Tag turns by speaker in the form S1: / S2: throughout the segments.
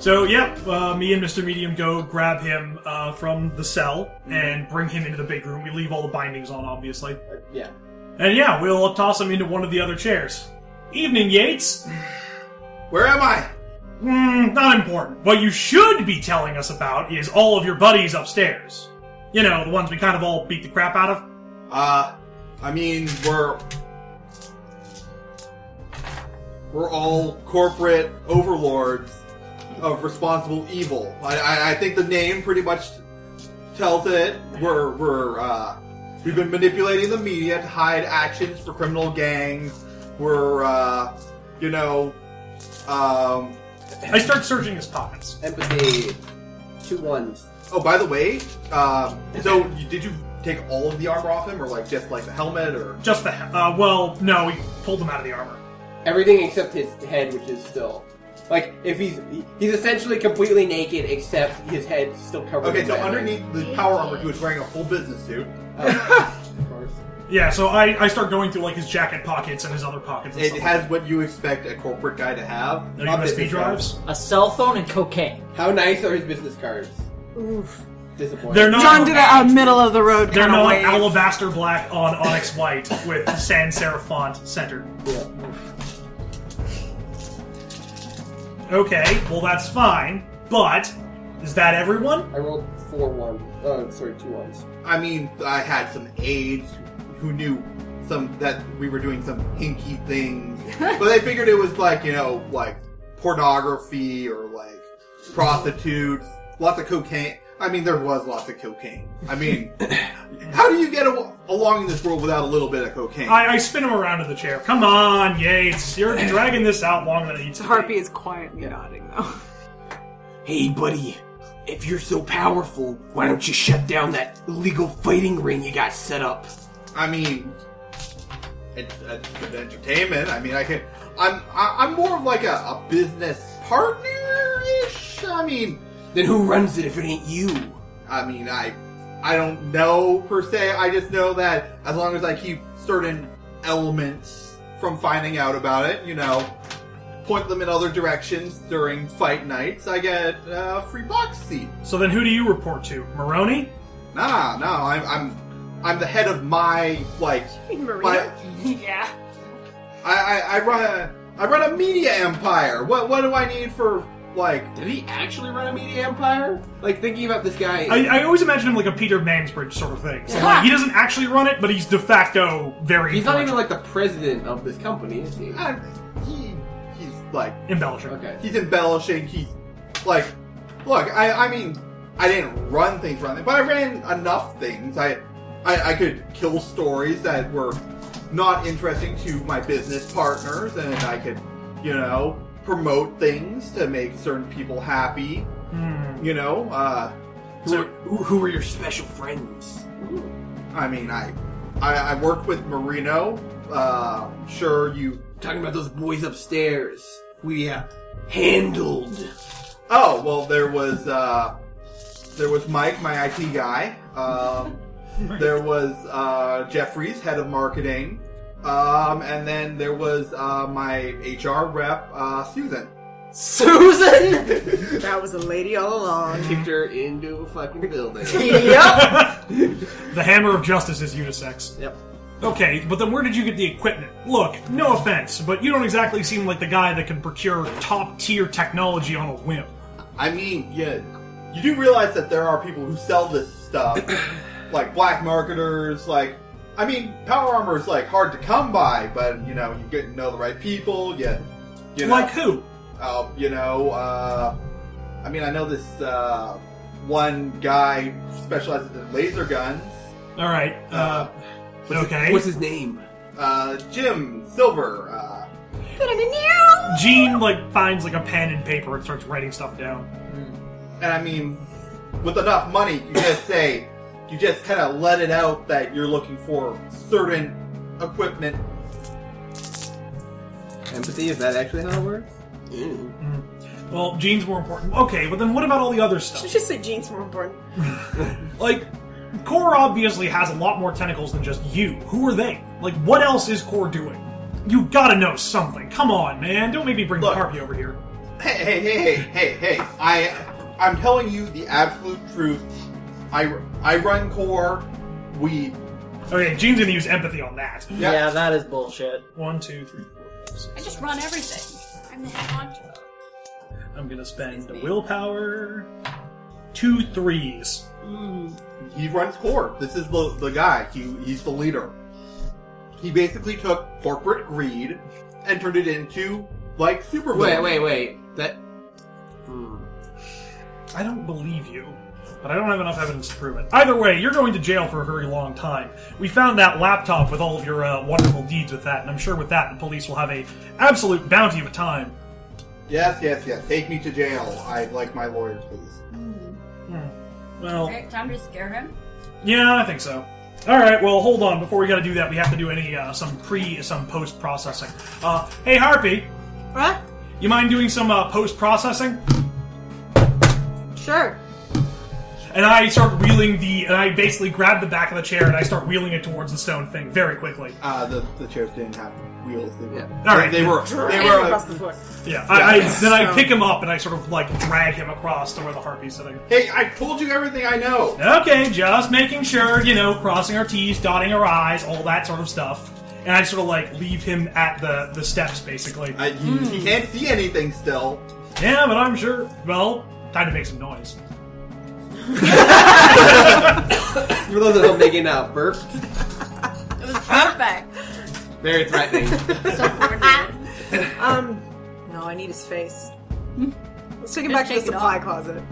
S1: So, yep, uh, me and Mr. Medium go grab him uh, from the cell and bring him into the big room. We leave all the bindings on, obviously.
S2: Yeah.
S1: And yeah, we'll toss him into one of the other chairs. Evening, Yates.
S2: Where am I?
S1: Mm, not important. What you should be telling us about is all of your buddies upstairs. You know, the ones we kind of all beat the crap out of.
S2: Uh, I mean, we're we're all corporate overlords of responsible evil. I, I, I think the name pretty much tells it. We're we're uh, we've been manipulating the media to hide actions for criminal gangs. We're uh, you know, um,
S1: I start searching his pockets.
S3: Empathy. Two ones.
S2: Oh, by the way, um, so you, did you take all of the armor off him, or like just like the helmet, or
S1: Just the. Uh, well, no, we pulled him out of the armor.
S3: Everything except his head, which is still. Like, if he's. He's essentially completely naked, except his head's still covered
S2: okay?
S3: in
S2: So
S3: leather.
S2: underneath the power armor, he was wearing a full business suit.
S3: Oh, of course.
S1: Yeah, so I, I start going through like his jacket pockets and his other pockets. And
S2: It
S1: stuff.
S2: has what you expect a corporate guy to have.
S1: no
S2: Not
S1: USB
S2: business
S1: drives.
S4: A cell phone and cocaine.
S3: How nice are his business cards?
S5: Oof.
S3: Disappointing.
S1: They're not.
S5: John did a, a middle of the road
S1: They're
S5: kind of
S1: not
S5: wave.
S1: alabaster black on onyx white with sans serif font centered.
S3: Yeah.
S1: Okay, well that's fine, but is that everyone?
S3: I rolled four one. Oh, sorry, two ones.
S2: card. I mean, I had some aides who knew some that we were doing some hinky things, but they figured it was like you know like pornography or like prostitutes, lots of cocaine. I mean, there was lots of cocaine. I mean, how do you get a- along in this world without a little bit of cocaine?
S1: I, I spin him around in the chair. Come on, Yates, you're dragging this out longer than it needs to be.
S5: Harpy is quietly nodding though.
S6: Hey, buddy, if you're so powerful, why don't you shut down that illegal fighting ring you got set up?
S2: I mean, it's, it's good entertainment. I mean, I can. I'm I- I'm more of like a, a business partner ish. I mean,
S6: Then who runs it if it ain't you?
S2: I mean, I I don't know per se. I just know that as long as I keep certain elements from finding out about it, you know, point them in other directions during fight nights, I get a free box seat.
S1: So then, who do you report to, Maroney?
S2: Nah, no, I'm I'm I'm the head of my like
S5: Maria. yeah.
S2: I, I, I run a, I run a media empire. What what do I need for like?
S3: Did he actually run a media empire? Like thinking about this guy.
S1: I, I always imagine him like a Peter Mansbridge sort of thing. So like, he doesn't actually run it, but he's de facto very.
S3: He's not even
S1: influential.
S3: like the president of this company, is he?
S6: Ah.
S2: I, he he's like
S1: embellisher.
S3: Okay.
S2: he's embellishing. He's like, look, I I mean, I didn't run things run, but I ran enough things. I I, I could kill stories that were not interesting to my business partners, and I could you know promote things to make certain people happy.
S1: Hmm.
S2: You know, uh,
S6: Who, who, who are your special friends?
S2: I mean, I, I, I worked with Marino. Uh, sure, you.
S6: Talking about those boys upstairs. We uh, handled.
S2: Oh well, there was uh, there was Mike, my IT guy. Um, there was uh, Jeffries, head of marketing, um, and then there was uh, my HR rep, uh, Susan.
S3: Susan
S5: That was a lady all along.
S3: kicked her into a fucking building.
S5: yep.
S1: The hammer of justice is unisex.
S3: yep.
S1: Okay, but then where did you get the equipment? Look, no offense, but you don't exactly seem like the guy that can procure top tier technology on a whim.
S2: I mean, yeah, you do realize that there are people who sell this stuff, like black marketers. Like, I mean, power armor is like hard to come by, but you know, you get to know the right people. You, you know,
S1: Like who?
S2: uh, you know, uh, I mean, I know this uh, one guy who specializes in laser guns.
S1: All right. Uh, okay.
S6: What's his name?
S2: Uh, Jim Silver. Uh,
S1: Gene like finds like a pen and paper and starts writing stuff down.
S2: and I mean, with enough money, you just say, you just kind of let it out that you're looking for certain equipment.
S3: Empathy, is that actually how it works?
S1: Well, Gene's more important. Okay, but then what about all the other stuff?
S5: Just say Jean's more important.
S1: Like, Core obviously has a lot more tentacles than just you. Who are they? Like, what else is Core doing? You gotta know something. Come on, man. Don't make me bring
S2: Look.
S1: Harpy over here.
S2: Hey, hey, hey, hey, hey, hey! I, I'm telling you the absolute truth. I, I run core. We,
S1: Okay, Gene's gonna use empathy on that.
S2: Yeah.
S4: Yeah, that is bullshit.
S1: One, two, three, four, five, six.
S7: I just run everything. I'm the head honcho.
S1: I'm gonna spend willpower. Two threes.
S2: he runs core. This is the the guy. He, he's the leader. He basically took corporate greed and turned it into like super.
S3: Wait,
S2: villain.
S3: wait, wait. That
S1: I don't believe you, but I don't have enough evidence to prove it. Either way, you're going to jail for a very long time. We found that laptop with all of your uh, wonderful deeds with that, and I'm sure with that the police will have a absolute bounty of a time.
S2: Yes, yes, yes. Take me to jail. I'd like my lawyer, please.
S1: Well,
S7: Alright, time to scare him.
S1: yeah, I think so. All right, well, hold on. Before we got to do that, we have to do any uh, some pre some post processing. Uh, hey, Harpy,
S5: Huh?
S1: you mind doing some uh, post processing?
S5: Sure.
S1: And I start wheeling the, and I basically grab the back of the chair and I start wheeling it towards the stone thing very quickly.
S2: Uh, the the chairs didn't have wheels. They were,
S3: Yeah.
S1: All right.
S2: they were, they
S5: And
S2: were. uh,
S5: across the floor.
S1: Yeah, I, I, then I
S5: So-
S1: pick him up and I sort of like drag him across to where the harpy's sitting.
S2: hey, I told you everything I know.
S1: Okay, just making sure, you know, crossing our T's, dotting our I's, all that sort of stuff. And I sort of like leave him at the, the steps basically.
S2: I, he,
S3: Hmm.
S2: he can't see anything still.
S1: yeah, but I'm sure. Well, time to make some noise.
S3: for those that don't make it now, burp.
S7: It was perfect.
S3: Very threatening.
S7: so coordinated.
S5: Um, no, I need his face. Let's take him
S7: Just
S5: back to the
S7: take it
S5: supply
S7: off.
S5: closet.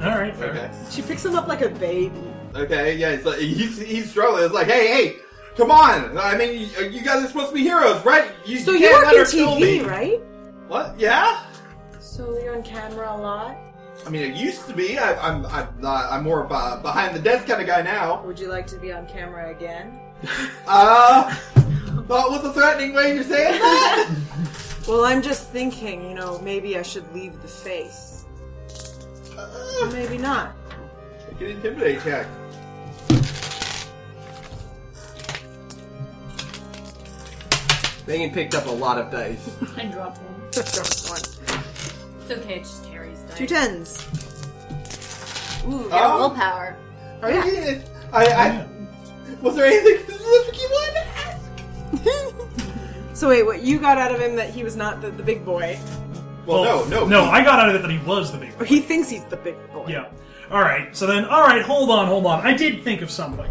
S1: All right, fair.
S2: Okay.
S5: She picks him up like a baby.
S2: Okay. Yeah. It's like, he's he's struggling. It's like, hey, hey, come on. I mean, you, you guys are supposed to be heroes, right? You
S5: So
S2: can't
S5: you work
S2: let
S5: in
S2: her kill me.
S5: TV, right?
S2: What? Yeah.
S5: So you're on camera a lot.
S2: I mean, it used to be. I, I'm I'm not. I'm more of a behind the desk kind of guy now.
S5: Would you like to be on camera again?
S2: Uh, not with the threatening way you're saying that.
S5: Well, I'm just thinking, you know, maybe I should leave the face. Or
S2: Uh,
S5: Maybe not.
S2: Make an intimidate check.
S3: Megan picked up a lot of dice.
S7: I dropped one. It's okay, it's just Terry's dice.
S5: Two tens.
S7: Ooh, get
S2: Oh.
S7: willpower.
S2: I
S5: Yeah.
S2: mean, it- I, I was there anything specific you wanted to ask?
S5: So wait, what you got out of him that he was not the, the big boy,
S2: Well,
S1: Well,
S2: no, no,
S1: No, I got out of it that he was the big
S5: or he thinks he's the big boy?
S1: Yeah. All right. So then, all right. Hold on. Hold on. I did think of something.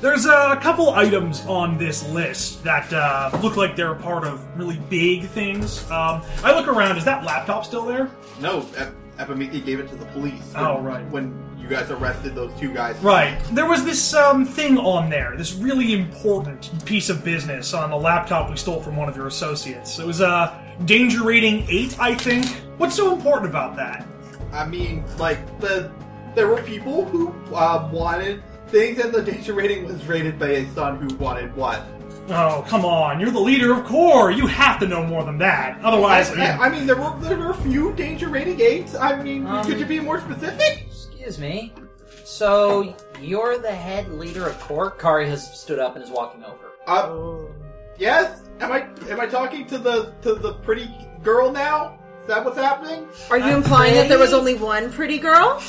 S1: There's uh, a couple items on this list that uh, look like they're a part of really big things. Um, I look around. Is that laptop still there?
S2: no. Ep- Epimiki gave it to the police. When,
S1: Oh, right.
S2: When you guys arrested those two guys.
S1: Right. There was this um, thing on there. This really important piece of business on the laptop we stole from one of your associates. It was uh, danger rating eight, I think. What's so important about that?
S2: I mean, like the there were people who uh, wanted things, and the danger rating was rated based on who wanted what.
S1: Oh, come on. You're the leader of Core. You have to know more than that. Otherwise,
S2: I, I- I mean, there were there were a few danger rating eights. I mean,
S1: Um,
S2: could you be more specific?
S4: Excuse me. So you're the head leader of Cork. Kari has stood up and is walking over.
S2: Uh,
S5: Oh.
S2: yes. Am I am I talking to the to the pretty girl now? Is that what's happening?
S5: Are you implying that there was only one pretty girl?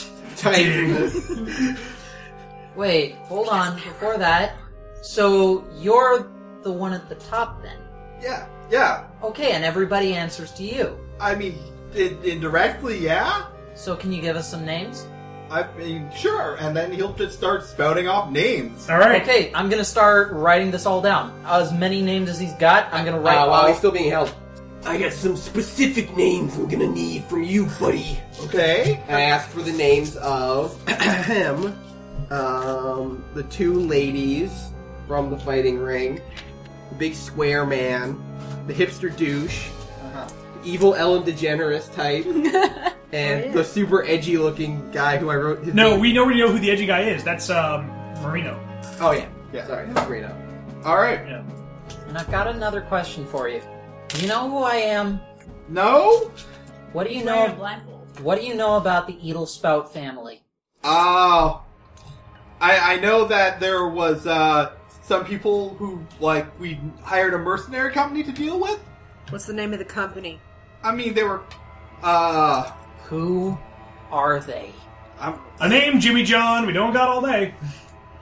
S4: Wait, hold on. Before that, so you're the one at the top then.
S2: Yeah, yeah.
S4: Okay, and everybody answers to you.
S2: I mean, in, indirectly, yeah.
S4: So can you give us some names?
S2: I mean, sure. And then he'll just start spouting off names.
S1: all right.
S4: Okay, I'm gonna start writing this all down. As many names as he's got, I'm gonna write.
S3: Uh,
S4: all-
S3: while he's still being held,
S6: I got some specific names I'm gonna need from you, buddy.
S2: Okay.
S3: and I asked for the names of ahem, um, the two ladies from the fighting ring, the big square man, the hipster douche,
S2: Uh-huh.
S3: the evil Ellen DeGeneres type, and the super edgy looking guy who I wrote. His
S1: No,
S3: name-
S1: we already know who the edgy guy is. That's um, Marino.
S3: Oh yeah,
S2: Yeah.
S3: Sorry, that's Marino.
S2: All right.
S1: Yeah.
S4: And I've got another question for you. You know who I am?
S2: No.
S4: What do you
S7: Wearing a
S4: know?
S7: blindfold.
S4: What do you know about the Edel Spout family?
S2: Oh. I, I know that there was uh, some people who like we hired a mercenary company to deal with.
S5: What's the name of the company?
S2: I mean, they were. Uh,
S4: Who are they?
S2: I'm, uh,
S1: A name, Jimmy John. We don't got all day.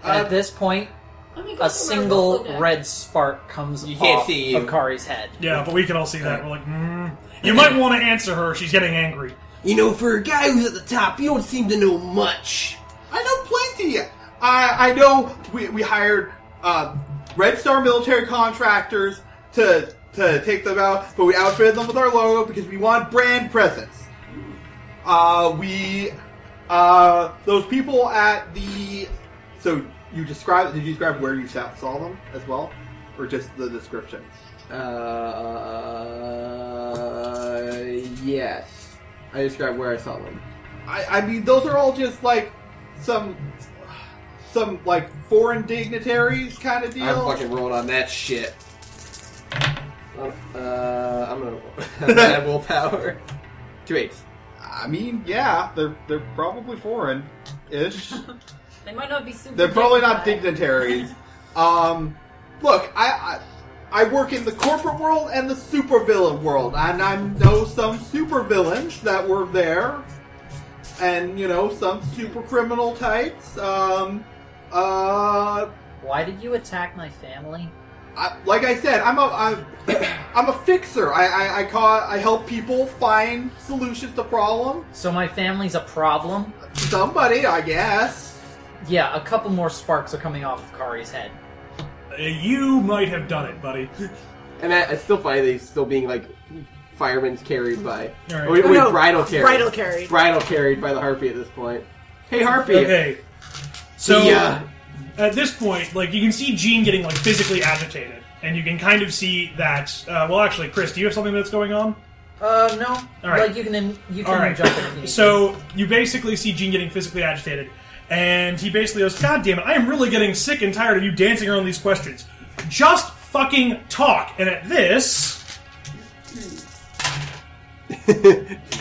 S4: At this point,
S7: Let me go
S4: a
S7: through our
S4: single
S7: Rolodex.
S4: red spark comes
S3: You
S4: off
S3: can't see you.
S4: of Kari's head.
S1: Yeah, but we can all see that. We're like, mm. you might want to answer her. She's getting angry.
S6: You know, for a guy who's at the top, you don't seem to know much.
S2: I know plenty. I I know we, we hired uh, Red Star military contractors to to take them out, but we outfitted them with our logo because we want brand presence. Uh, we uh, those people at the so you describe did you describe where you sa- saw them as well, or just the description?
S3: Uh, yes. I described where I saw them.
S2: I, I mean, those are all just like some some like foreign dignitaries kind of deal.
S3: I fucking rolled on that shit. Um, Uh, I'm gonna roll. Bad willpower. Two eights.
S2: I mean, yeah, they're they're probably foreign ish.
S7: They might not be super.
S2: they're probably not
S7: dignified.
S2: dignitaries. Um, look, I, I I work in the corporate world and the supervillain world, and I know some supervillains that were there, and you know some super criminal types. Um, uh,
S4: Why did you attack my family?
S2: I, like I said, I'm a I'm, I'm a fixer. I, I I call I help people find solutions to problems.
S4: So my family's a problem?
S2: Somebody, I guess.
S4: Yeah, a couple more sparks are coming off of Kari's head.
S1: Uh, You might have done it, buddy.
S3: And I, I still find they still being like firemen's carried by.
S1: All
S3: Or,
S1: right.
S3: wait, bridal carried.
S5: Oh, Bridal carry.
S3: Bridal carried by the harpy at this point. Hey, harpy.
S1: Okay. So
S3: The, uh,
S1: at this point, like you can see Gene getting like physically agitated, and you can kind of see that. Uh, well, actually, Chris, do you have something that's going on?
S4: Uh, no.
S1: All right.
S4: Like, you can, you can
S1: All right.
S4: jump in if you need
S1: So you basically see Gene getting physically agitated, and he basically goes, "God damn it! I am really getting sick and tired of you dancing around these questions. Just fucking talk." And at this,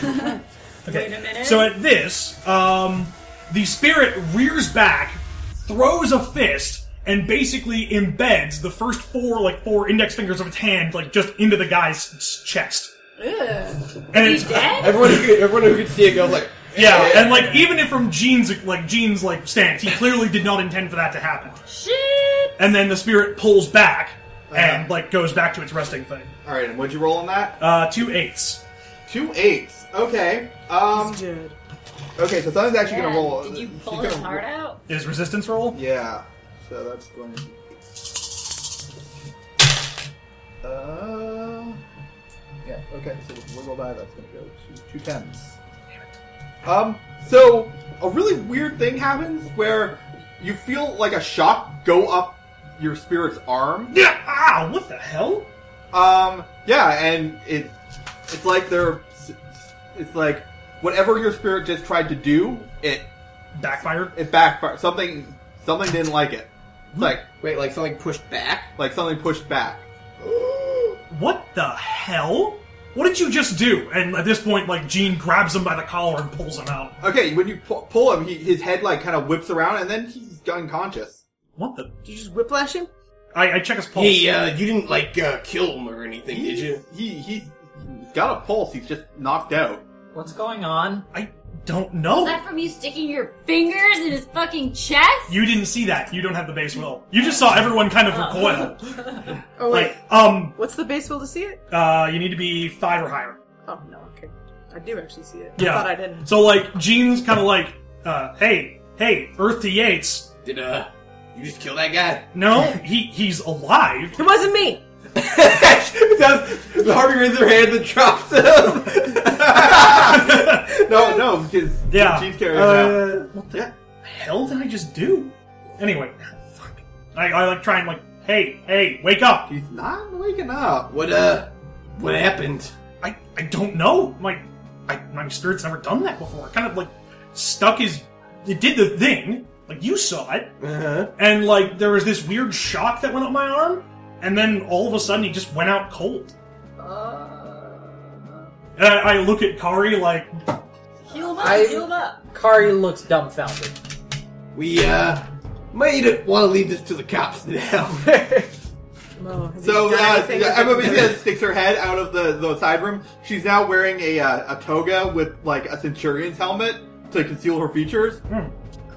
S7: Wait a minute.
S1: So at this, um, the spirit rears back, throws a fist, and basically embeds the first four, like four index fingers of its hand, like just into the guy's s- chest.
S7: Ugh.
S1: And
S7: He's
S1: it's,
S7: dead.
S3: Everyone, who could, everyone who could see it goes like,
S1: yeah, and like even if from Gene's like Gene's like stance, he clearly did not intend for that to happen.
S7: Shit.
S1: And then the spirit pulls back and like goes back to its resting thing.
S2: All right, and what'd you roll on that?
S1: Uh, two eights.
S2: Two eights. Okay. Um.
S5: Dude.
S2: Okay, so something's actually
S7: Yeah,
S2: gonna roll.
S7: Did you
S2: she's
S7: pull
S2: gonna
S7: his heart
S2: roll-
S7: out?
S1: Is resistance roll?
S2: Yeah. So that's going. to be- Uh. Yeah. Okay. So with wiggle die, that's gonna go to two tens. Um, so a really weird thing happens where you feel like a shock go up your spirit's arm.
S1: Yeah. Ah, what the hell?
S2: Um, yeah, and it it's like they're it's like whatever your spirit just tried to do, it
S1: Backfired.
S2: it backfired. Something something didn't like it. It's like
S3: wait, like something pushed back?
S2: like something pushed back.
S1: What the hell? What did you just do? And at this point, like Gene grabs him by the collar and pulls him out.
S2: Okay, when you pu- pull him, he, his head like kind of whips around, and then he's unconscious.
S1: What the?
S5: Did you just whiplash him?
S1: I, I check his pulse.
S6: Hey, uh, you didn't, like, uh, kill him or anything, did you?
S2: He he's got a pulse. He's just knocked out.
S4: What's going on?
S1: I don't
S7: Is
S1: know.
S7: that from you sticking your fingers in his fucking chest?
S1: You didn't see that. You don't have the base will. You just saw everyone kind of recoil.
S5: Oh wait.
S1: Like, um,
S5: What's the base will to see it?
S1: uh, you need to be five or higher.
S5: Oh no, okay. I do actually see it.
S1: Yeah.
S5: I thought I didn't.
S1: So like, Gene's kind of like, uh, hey, hey, Earth to Yates.
S6: Did, uh, you just kill that guy?
S1: No, he he's alive.
S5: It wasn't me.
S3: Does, the harpy raises her hand and drops him.
S2: No, no, because
S1: Yeah.
S2: Gene's carrying him out.
S1: Uh, what the
S2: Yeah.
S1: hell did I just do? Anyway, fuck. I, I like try and like, hey, hey, wake up.
S2: He's not waking up.
S6: What, uh, what happened?
S1: I, I don't know. My I, my spirit's never done that before. It kind of like stuck his. It did the thing. Like you saw it,
S3: uh-huh.
S1: and like there was this weird shock that went up my arm, and then all of a sudden he just went out cold.
S7: Uh,
S1: And I, I look at Kari like,
S7: Heal him up.
S4: I-
S7: Heal him up.
S4: Kari looks dumbfounded.
S6: We, uh, might want to leave this to the cops now.
S5: Mo, have you
S2: So
S5: done
S2: uh,
S5: anything
S2: yeah, Emma
S5: with it?
S2: Mejia sticks her head out of the, the side room. She's now wearing a uh, a toga with like a centurion's helmet to conceal her features.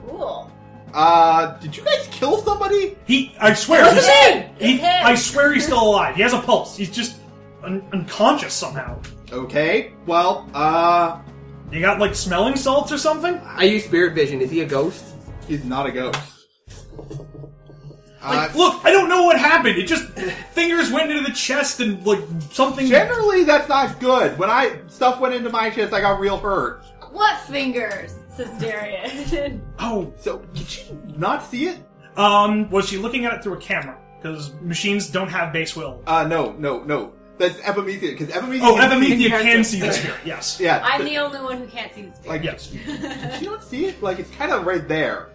S7: Cool.
S2: Uh, did you guys kill somebody?
S1: He, I swear,
S7: Wasn't
S1: he's,
S7: me!
S1: he,
S7: It's him!
S1: I swear he's still alive. He has a pulse. He's just un- unconscious somehow.
S2: Okay, well, uh,
S1: You got like smelling salts or something?
S3: I use spirit vision. Is he a ghost?
S2: he's not a ghost. Uh,
S1: Like, look, I don't know what happened. It just fingers went into the chest and like something.
S2: generally, that's not good. When I stuff went into my chest, I got real hurt.
S7: What fingers? Says Darian.
S1: Oh,
S2: So did she not see it?
S1: um, was she looking at it through a camera? Because machines don't have base will.
S2: Uh, no, no, no. That's Epimethea because Epimethea.
S1: Oh,
S2: can see-
S1: Epimethea
S5: character.
S1: can see the spirit. Yes.
S2: Yeah,
S7: I'm
S2: but-
S7: the only one who can't see the spirit.
S2: like,
S1: Yes.
S2: did she not see it? Like, it's kind of right there.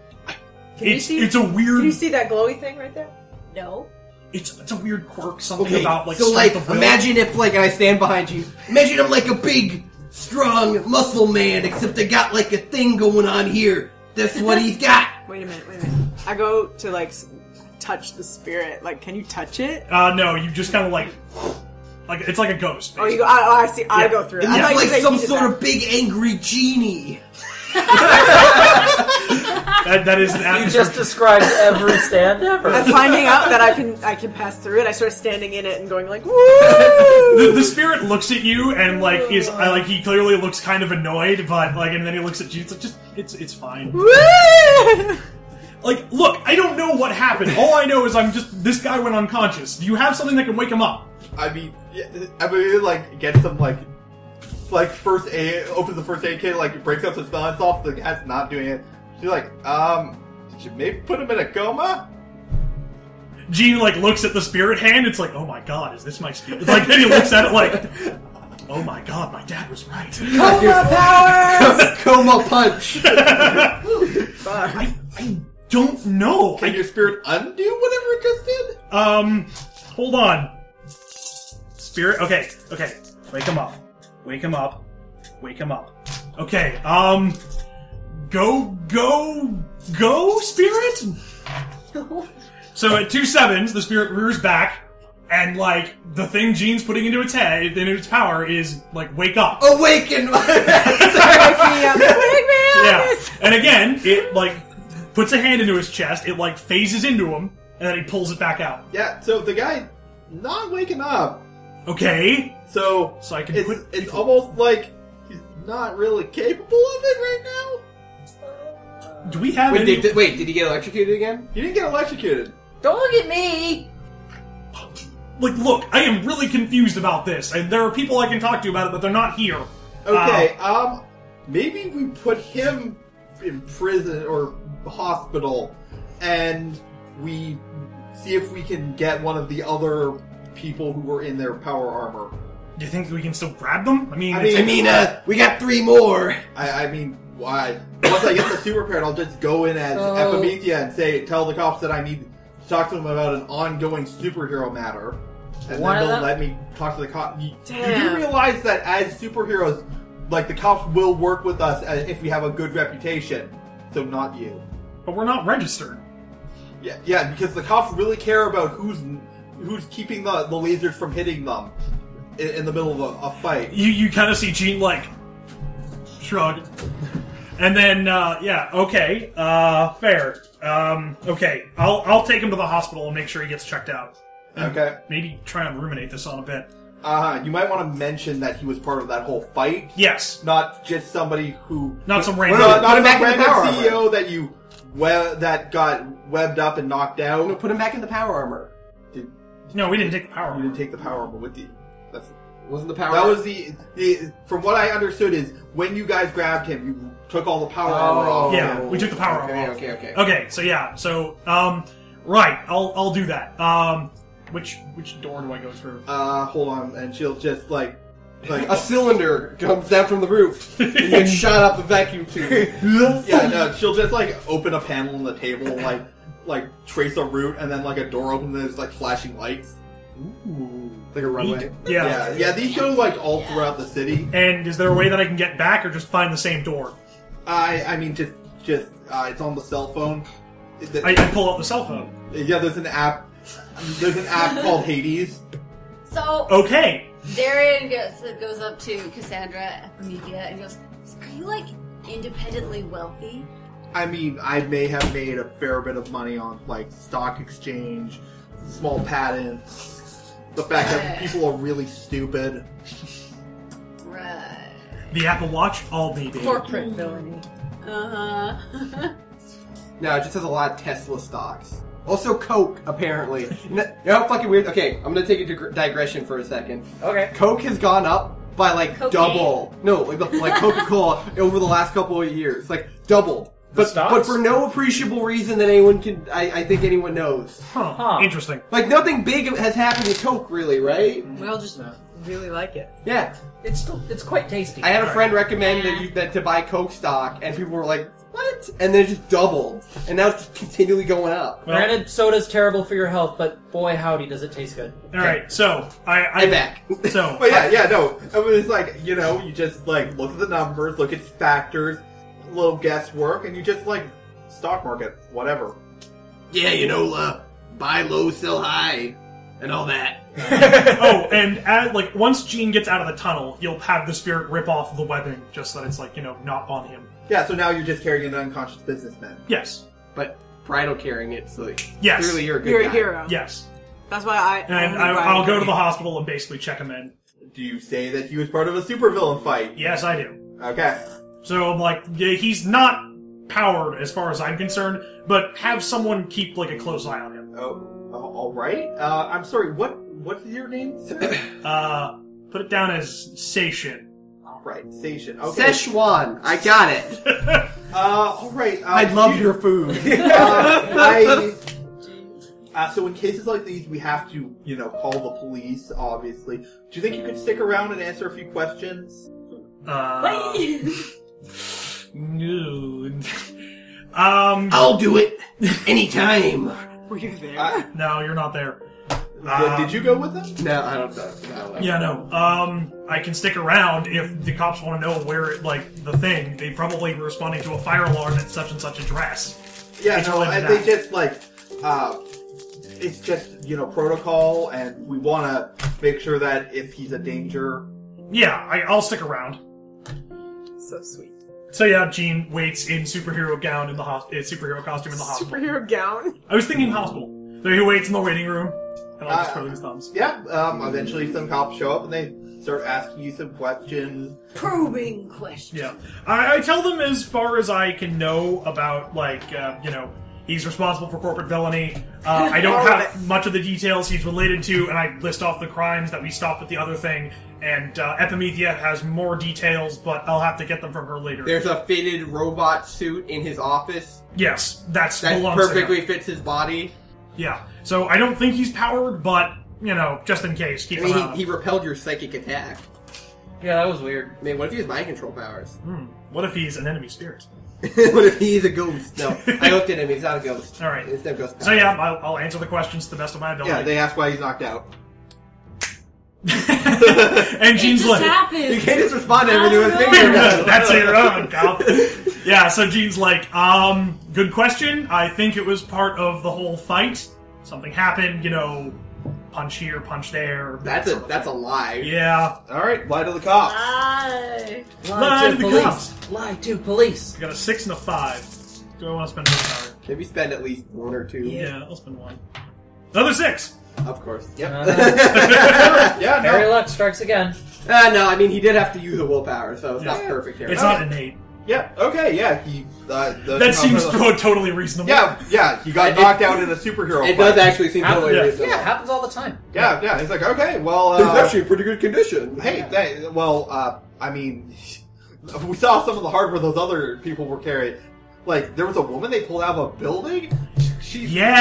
S5: Can you
S1: It's
S5: see-
S1: it's a
S5: Can you
S1: weird
S5: see that glowy thing right there?
S7: no.
S1: it's it's a weird quirk. Something
S6: Okay,
S1: about like
S6: so like,
S1: strength of will.
S6: imagine if like, and I stand behind you. Imagine I'm like a big, strong muscle man, except I got like a thing going on here. That's what he's got.
S5: Wait a minute, wait a minute. I go to like s- touch the spirit. Like, can you touch it?
S1: Uh, no, you just kind of like like it's like a ghost.
S5: Oh, you go. I, oh, I see. I go through. it.
S6: And
S5: I
S6: it's
S5: thought you
S6: like
S5: said
S6: some
S5: you did
S6: sort
S5: that.
S6: of big angry genie.
S1: That, that is an
S4: You
S1: atmosphere.
S4: just described every stand
S5: I'm
S4: ever.
S5: finding out that I can I can pass through it. I start standing in it and going like, woo!
S1: the, the spirit looks at you and like is I like he clearly looks kind of annoyed, but like and then he looks at you. It's like, just it's it's fine.
S5: Woo!
S1: Like, look, I don't know what happened. All I know is I'm just this guy went unconscious. Do you have something that can wake him up?
S2: I mean, yeah, I mean, like get some like, like first aid, opens the first aid kit, like breaks up the spell and stuff. The guy's not doing it. She's like, um, did you maybe put him in a coma?
S1: Gene like looks at the spirit hand. It's like, oh my god, is this my spirit? Like then he looks at it like, oh my god, my dad was right.
S3: Coma punch.
S1: I, I don't know.
S2: Can your spirit undo whatever it just did?
S1: Um, hold on. Spirit. Okay, okay. Wake him up. Wake him up. Wake him up. Okay. Um, go, go, go, spirit. so at two sevens, the spirit rears back, and like the thing Gene's putting into its head, into its power, is like wake up.
S6: Awaken!
S1: yeah. And again, it like puts a hand into his chest. It like phases into him, and then he pulls it back out.
S2: Yeah. So the guy not waking up.
S1: Okay.
S2: So
S1: So I can
S2: it's
S1: put
S2: it's almost like he's not really capable of it right
S1: Do we have
S3: Wait
S1: any?
S3: did, did- wait, did he get electrocuted again?
S2: now. He didn't get electrocuted.
S4: Don't look at me.
S1: like, look, I am really confused about this, and there are people I can talk to about it, but they're not here.
S2: Okay. um, maybe we put him in prison or hospital, and we see if we can get one of the other people who were in their power armor.
S1: Do you think we can still grab them? I mean,
S2: I
S1: it's-
S6: I mean, uh, we got three more.
S2: I, I mean, why? Once I get the super parent, I'll just go in as
S4: So-
S2: Epimethea and say, tell the cops that I need to talk to them about an ongoing superhero matter. And
S4: One
S2: then
S4: of
S2: they'll
S4: them-
S2: let me talk to the cops. You, you do
S5: Damn.
S2: realize that as superheroes, like, the cops will work with us uh, if we have a good reputation. So, not you.
S1: but we're not registered.
S2: Yeah, yeah, because the cops really care about who's who's keeping the, the lasers from hitting them in, in the middle of a, a fight.
S1: You you kind of see Gene like shrug, and then uh, yeah, okay, uh, fair. Um, okay, I'll I'll take him to the hospital and make sure he gets checked out.
S2: Okay.
S1: Maybe try and ruminate this on a bit.
S2: Uh, you might want to mention that he was part of that whole fight.
S1: Yes,
S2: not just somebody who
S1: Not some
S2: Well,
S1: random-
S2: no, not
S3: Put him back in
S2: some
S3: the
S2: random
S3: power armor.
S2: CEO that you we- that got webbed up and knocked
S3: No,
S2: out.
S3: put him back in the power armor.
S2: Did,
S1: no, we didn't take the power.
S2: you didn't take the power armor with you. That's,
S3: Wasn't the power?
S2: that was the, the from what I understood is when you guys grabbed him, you took all the power armor
S3: Oh.
S2: off.
S1: Yeah, we took the power
S3: okay,
S1: armor off.
S3: Okay, okay,
S1: Okay, so yeah, so um, right, I'll I'll do that. Um, which which door do I go through?
S2: Uh, hold on, and she'll just like like
S3: A cylinder comes down from the roof and gets shot up the vacuum tube.
S2: yeah no, she'll just like open a panel on the table and like like trace a route and then like a door opens and there's like flashing lights.
S3: like a runway.
S1: Yeah.
S2: Yeah, yeah, these go like all throughout the city.
S1: And is there a way that I can get back, or just find the same door?
S2: I I mean just just uh, it's on the cell phone. It-
S1: I,
S2: the-
S1: I pull out the cell phone.
S2: yeah, there's an app. There's an app called Hades.
S7: So
S1: Okay.
S7: Darian goes, goes up to Cassandra at the media and goes, "Are you like independently wealthy?"
S2: I mean, I may have made a fair bit of money on like stock exchange, small patents, the fact that people are really stupid.
S7: Right.
S1: The Apple Watch, all baby.
S8: Corporate villainy.
S7: Uh huh.
S3: No, it just has a lot of Tesla stocks. Also, Coke, apparently. no, you know how fucking weird? Okay, I'm gonna take a dig- digression for a second.
S4: Okay.
S3: Coke has gone up by like
S7: Cocaine.
S3: double. No, like the, like Coca Cola over the last couple of years, like doubled.
S1: The
S3: But,
S1: stocks?
S3: but for no appreciable reason that anyone can, I, I think anyone knows.
S1: Huh.
S4: Huh.
S1: Interesting.
S3: Like nothing big has happened to Coke, really, right?
S8: We all just really like it.
S3: Yeah.
S4: It's still it's quite tasty.
S3: I had a friend recommend that, you, that to buy Coke stock, and people were like, "What?" And then it just doubled, and now it's just continually going up.
S1: Well,
S4: Granted, soda's terrible for your health, but boy howdy does it taste good.
S1: all right. So I, I
S3: I'm back.
S1: So
S2: But yeah, yeah, no. I mean, it's like you know, you just like look at the numbers, look at factors, a little guesswork, and you just like stock market, whatever.
S6: Yeah, you know, uh, buy low, sell high, and all that.
S1: oh, and as, like once Gene gets out of the tunnel, you'll have the spirit rip off the webbing just so that it's like you know not on him.
S2: Yeah, so now you're just carrying an unconscious businessman.
S1: Yes,
S3: But bridal carrying it, so like,
S1: Yes.
S3: clearly you're a good
S5: You're
S3: guy.
S5: a hero.
S1: yes.
S5: That's why I.
S1: And
S5: only
S1: I,
S5: buy
S1: I'll go to the
S5: Coke.
S1: hospital and basically check him in.
S2: Do you say that he was part of a supervillain fight?
S1: Yes, I do.
S2: Okay.
S1: So I'm like, yeah, he's not powered as far as I'm concerned, but have someone keep like a close eye on him.
S2: Oh, uh, all right. Uh, I'm sorry. What? What's your name, sir?
S1: Uh, put it down as Sation.
S2: all right, Station. Okay.
S3: Szechuan, I got it.
S1: Oh,
S2: Uh, all right. Uh,
S3: I love
S2: you-
S3: your food.
S2: Uh, I. Uh, so in cases like these, we have to, you know, call the police. Obviously. Do you think you could stick around and answer a few questions?
S1: Uh, no. um,
S6: I'll do it anytime.
S5: Were you there?
S2: Uh,
S1: no, you're not there.
S3: Uh,
S2: did- did you go with them?
S3: no, I don't know.
S1: Yeah, no. Um, I can stick around if the cops want to know where, it, like, the thing. They probably were responding to a fire alarm at such and such address.
S2: Yeah,
S1: It's
S2: no,
S1: really
S2: I,
S1: not.
S2: they just like uh, it's just you know protocol, and we want to make sure that if he's a danger,
S1: Yeah, I, I'll stick around.
S5: So sweet.
S1: So yeah, Jean waits in superhero gown in the hos- uh, superhero costume in the hospital.
S5: Superhero gown.
S1: I was thinking hospital. So he waits in the waiting room, and I'll just
S2: Uh,
S1: twiddle his thumbs.
S2: yeah. Um, eventually, some cops show up and they start asking you some questions.
S7: Probing question.
S1: Yeah, I, I tell them as far as I can know about like uh, you know he's responsible for corporate villainy. Uh, I don't have much of the details he's related to, and I list off the crimes that we stopped with the other thing. And uh, Epimethea has more details, but I'll have to get them from her later.
S3: There's a fitted robot suit in his office
S1: yes, that's
S3: that
S1: belongs to him.
S3: perfectly fits his body.
S1: Yeah, so I don't think he's powered, but you know just in case, keep
S3: I
S1: him
S3: mean,
S1: out.
S3: he, he repelled your psychic attack.
S4: Yeah, that was weird.
S3: I mean, what if he has mind control powers?
S1: Hmm, what if he's an enemy spirit?
S3: what if he's a ghost? No, I looked at him. He's not a ghost.
S1: All right.
S3: It's no ghost.
S1: So yeah, I'll, I'll answer the questions to the best of my ability.
S2: Yeah, they ask why he's knocked out.
S1: and
S7: It
S1: Jean's
S7: just
S1: like,
S3: You
S7: happened.
S3: can't just respond to everything with a
S7: I
S3: finger.
S7: don't know.
S1: That's it, wrong, pal. Yeah, so Gene's like, um, good question. I think it was part of the whole fight. Something happened, you know, punch here, punch there.
S3: That's a that's a lie.
S1: Yeah.
S2: All right, lie to the
S7: Uh,
S2: cops.
S7: Bye.
S1: Lie to the
S4: police.
S1: cops.
S4: Lie to police.
S1: I got a six and a five. Do I want to spend another hour?
S3: Maybe spend at least one or two.
S1: Yeah, I'll spend one. Another six.
S3: Of course. Yep.
S1: Uh,
S2: Yeah,
S4: Mary
S2: no,
S4: Luck strikes again.
S3: Uh, no, I mean he did have to use a willpower, so it's not
S1: Yeah.
S3: perfect here.
S1: It's not an eight.
S2: yeah, okay, yeah. He uh, the,
S1: That seems totally reasonable.
S2: Yeah, yeah. He got
S3: It-
S2: knocked out in a superhero.
S3: It
S2: fight.
S3: does actually seem totally
S1: Yeah.
S3: reasonable.
S4: Yeah, it happens all the time.
S2: Yeah, yeah. He's like, okay, well,
S3: It's
S2: uh,
S3: actually in pretty good condition.
S2: Hey, that, well, uh, I mean, we saw some of the hardware those other people were carrying. Like, there was a woman they pulled out of a building. She,
S1: Yeah,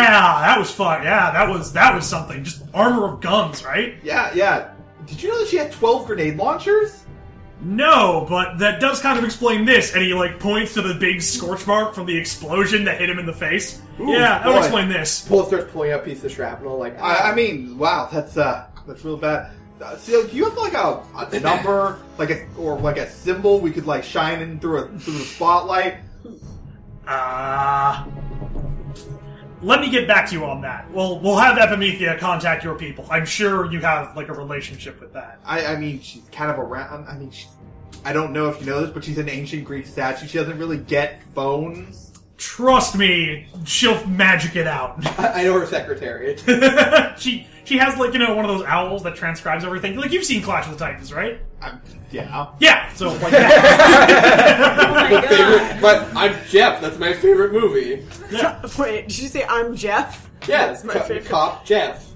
S1: that was fun. Yeah, that was that was something. Just armor of guns, right?
S2: yeah, yeah. Did you know that she had twelve grenade launchers?
S1: No, but that does kind of explain this. And he like points to the big scorch mark from the explosion that hit him in the face.
S2: Ooh,
S1: yeah, that'll
S2: boy.
S1: explain this.
S3: Paul starts pulling out pieces of shrapnel. Like
S2: I, I mean, wow, that's uh, that's real bad. Uh, so, do you have like a, a number, like a or like a symbol we could like shine in through a through the spotlight?
S1: Ah. Uh, Let me get back to you on that. We'll we'll have Epimethea contact your people. I'm sure you have like a relationship with that.
S2: I, I mean, she's kind of around. I mean, she's, I don't know if you know this, but she's an ancient Greek statue. She doesn't really get phones.
S1: Trust me, she'll magic it out.
S3: "Ah, I, I know her secretary.
S1: she she has like you know one of those owls that transcribes everything. Like you've seen Clash of the Titans, right?
S2: i yeah.
S1: Yeah. So like that.
S3: my favorite, but I'm Jeff. That's my favorite movie.
S1: yeah.
S5: Wait, did you say I'm Jeff?
S3: Yeah,
S5: That's my
S3: co-
S5: favorite.
S3: Cop Jeff.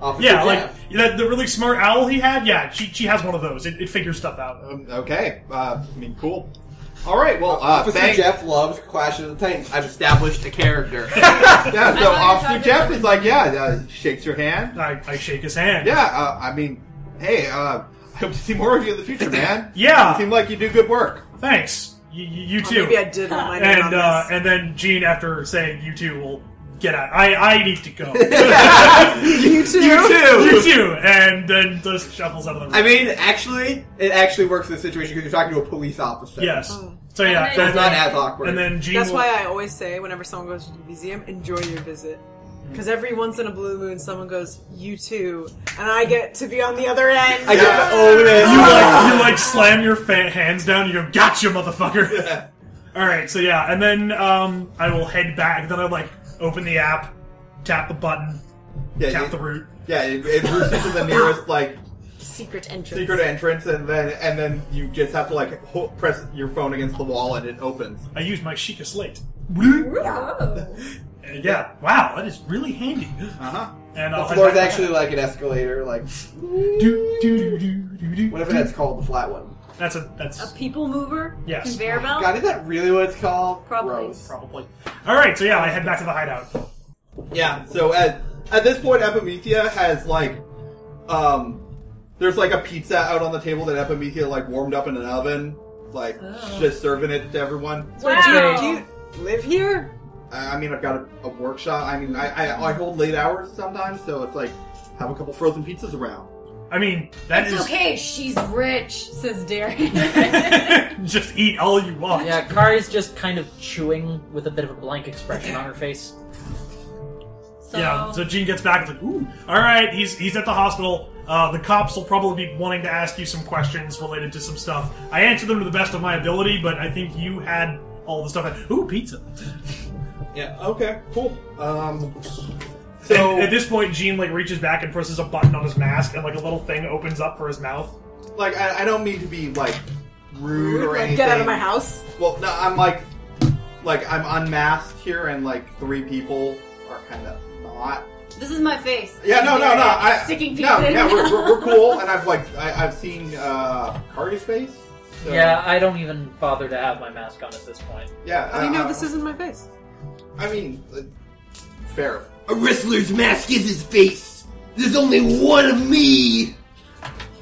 S3: Officer
S1: Yeah, like
S3: Jeff.
S1: that the really smart owl he had. Yeah, she she has one of those. It, it figures stuff out.
S2: Um, okay. Uh, I mean, cool. All right. Well, uh,
S3: Officer
S2: thank-
S3: Jeff loves Clash of the Titans. I've established a character.
S2: Yeah.
S7: I
S2: So
S7: wanted to
S2: Officer
S7: talk to
S2: Jeff
S7: him.
S2: is like, yeah, uh, shakes your hand.
S1: I, I shake his hand.
S2: Yeah. Uh, I mean, hey, uh, I hope to see more of you in the future, man.
S1: Yeah.
S2: You seem like you do good work.
S1: Thanks. You, you, you
S5: Or
S1: too.
S5: Oh, Maybe I did roll my name on
S1: and uh,
S5: this.
S1: and then Gene, after saying you two will get out. I I need to go.
S5: you too.
S1: you too. And then just shuffles out of the room.
S3: I mean, actually, it actually works in this situation because you're talking to a police officer.
S1: yes.
S5: Oh.
S1: So yeah,
S3: So it's
S1: and
S3: not
S1: then,
S3: as awkward.
S1: and then Gene.
S5: That's
S1: will-
S5: why I always say whenever someone goes to the museum, enjoy your visit.
S1: Mm-hmm.
S5: Because every once in a blue moon, someone goes, "You too," and I get to be on the other end.
S3: I get to own it.
S1: you like you like slam your fa- hands down. and You go, gotcha, motherfucker. All right, so yeah, and then um, I will head back. Then I like open the app, tap the button,
S2: Yeah.
S1: tap
S2: you-
S1: the root.
S2: yeah. It, it moves you to the nearest like
S7: Secret entrance.
S2: secret entrance, and then and then you just have to like ho- press your phone against the wall, and it opens.
S1: I use my Sheikah slate.
S7: Whoa.
S1: And yeah, wow, that is really handy.
S2: Uh huh.
S1: And
S3: The
S1: I'll
S3: floor
S1: head
S3: is
S1: back-
S3: actually like an escalator, like
S1: Do, do, do, do, do,
S3: whatever
S1: do.
S3: that's called, the flat one.
S1: That's a that's
S7: A people mover?
S1: Yes.
S7: Conveyor belt?
S3: God, is that really what it's called?
S7: Probably.
S3: Gross.
S1: Oh. probably. All right, so yeah, I head back to the hideout.
S2: Yeah. So at at this point, Epimethea has like, um, there's like a pizza out on the table that Epimethea like warmed up in an oven, like
S5: Oh.
S2: just serving it to everyone.
S7: Wow.
S5: Do you live here?
S2: I, I mean, I've got a, a workshop. I mean, I, I I hold late hours sometimes, so it's like have a couple frozen pizzas around.
S1: I mean, that
S7: It's
S1: is
S7: okay, she's rich, says Derry.
S1: just eat all you want.
S4: Yeah, Kari's just kind of chewing with a bit of a blank expression on her face.
S7: so,
S1: Yeah, so Gene gets back. It's like, ooh, all right. He's he's at the hospital. Uh, the cops will probably be wanting to ask you some questions related to some stuff. I answered them to the best of my ability, but I think you had all the stuff. Ooh, pizza.
S2: Yeah. Okay. Cool. Um.
S1: So
S2: So
S1: at, this point, Gene like reaches back and presses a button on his mask, and like a little thing opens up for his mouth.
S2: like, I, I don't mean to be like rude or
S5: Like,
S2: anything.
S5: get out of my house.
S2: Well, no, I'm like, like I'm unmasked here, and like three people are kind of not.
S7: this is my face.
S2: Yeah, no, no, no. I,
S7: Sticking things
S2: no,
S7: in.
S2: yeah, we're, we're, we're cool, and I've like I, I've seen uh, Cardi's face. So,
S4: Yeah, I don't even bother to have my mask on at this point.
S2: yeah.
S5: How do you
S2: uh,
S5: know this isn't my face?
S2: I mean, uh, fair.
S6: A wrestler's mask is his face. There's only one of me.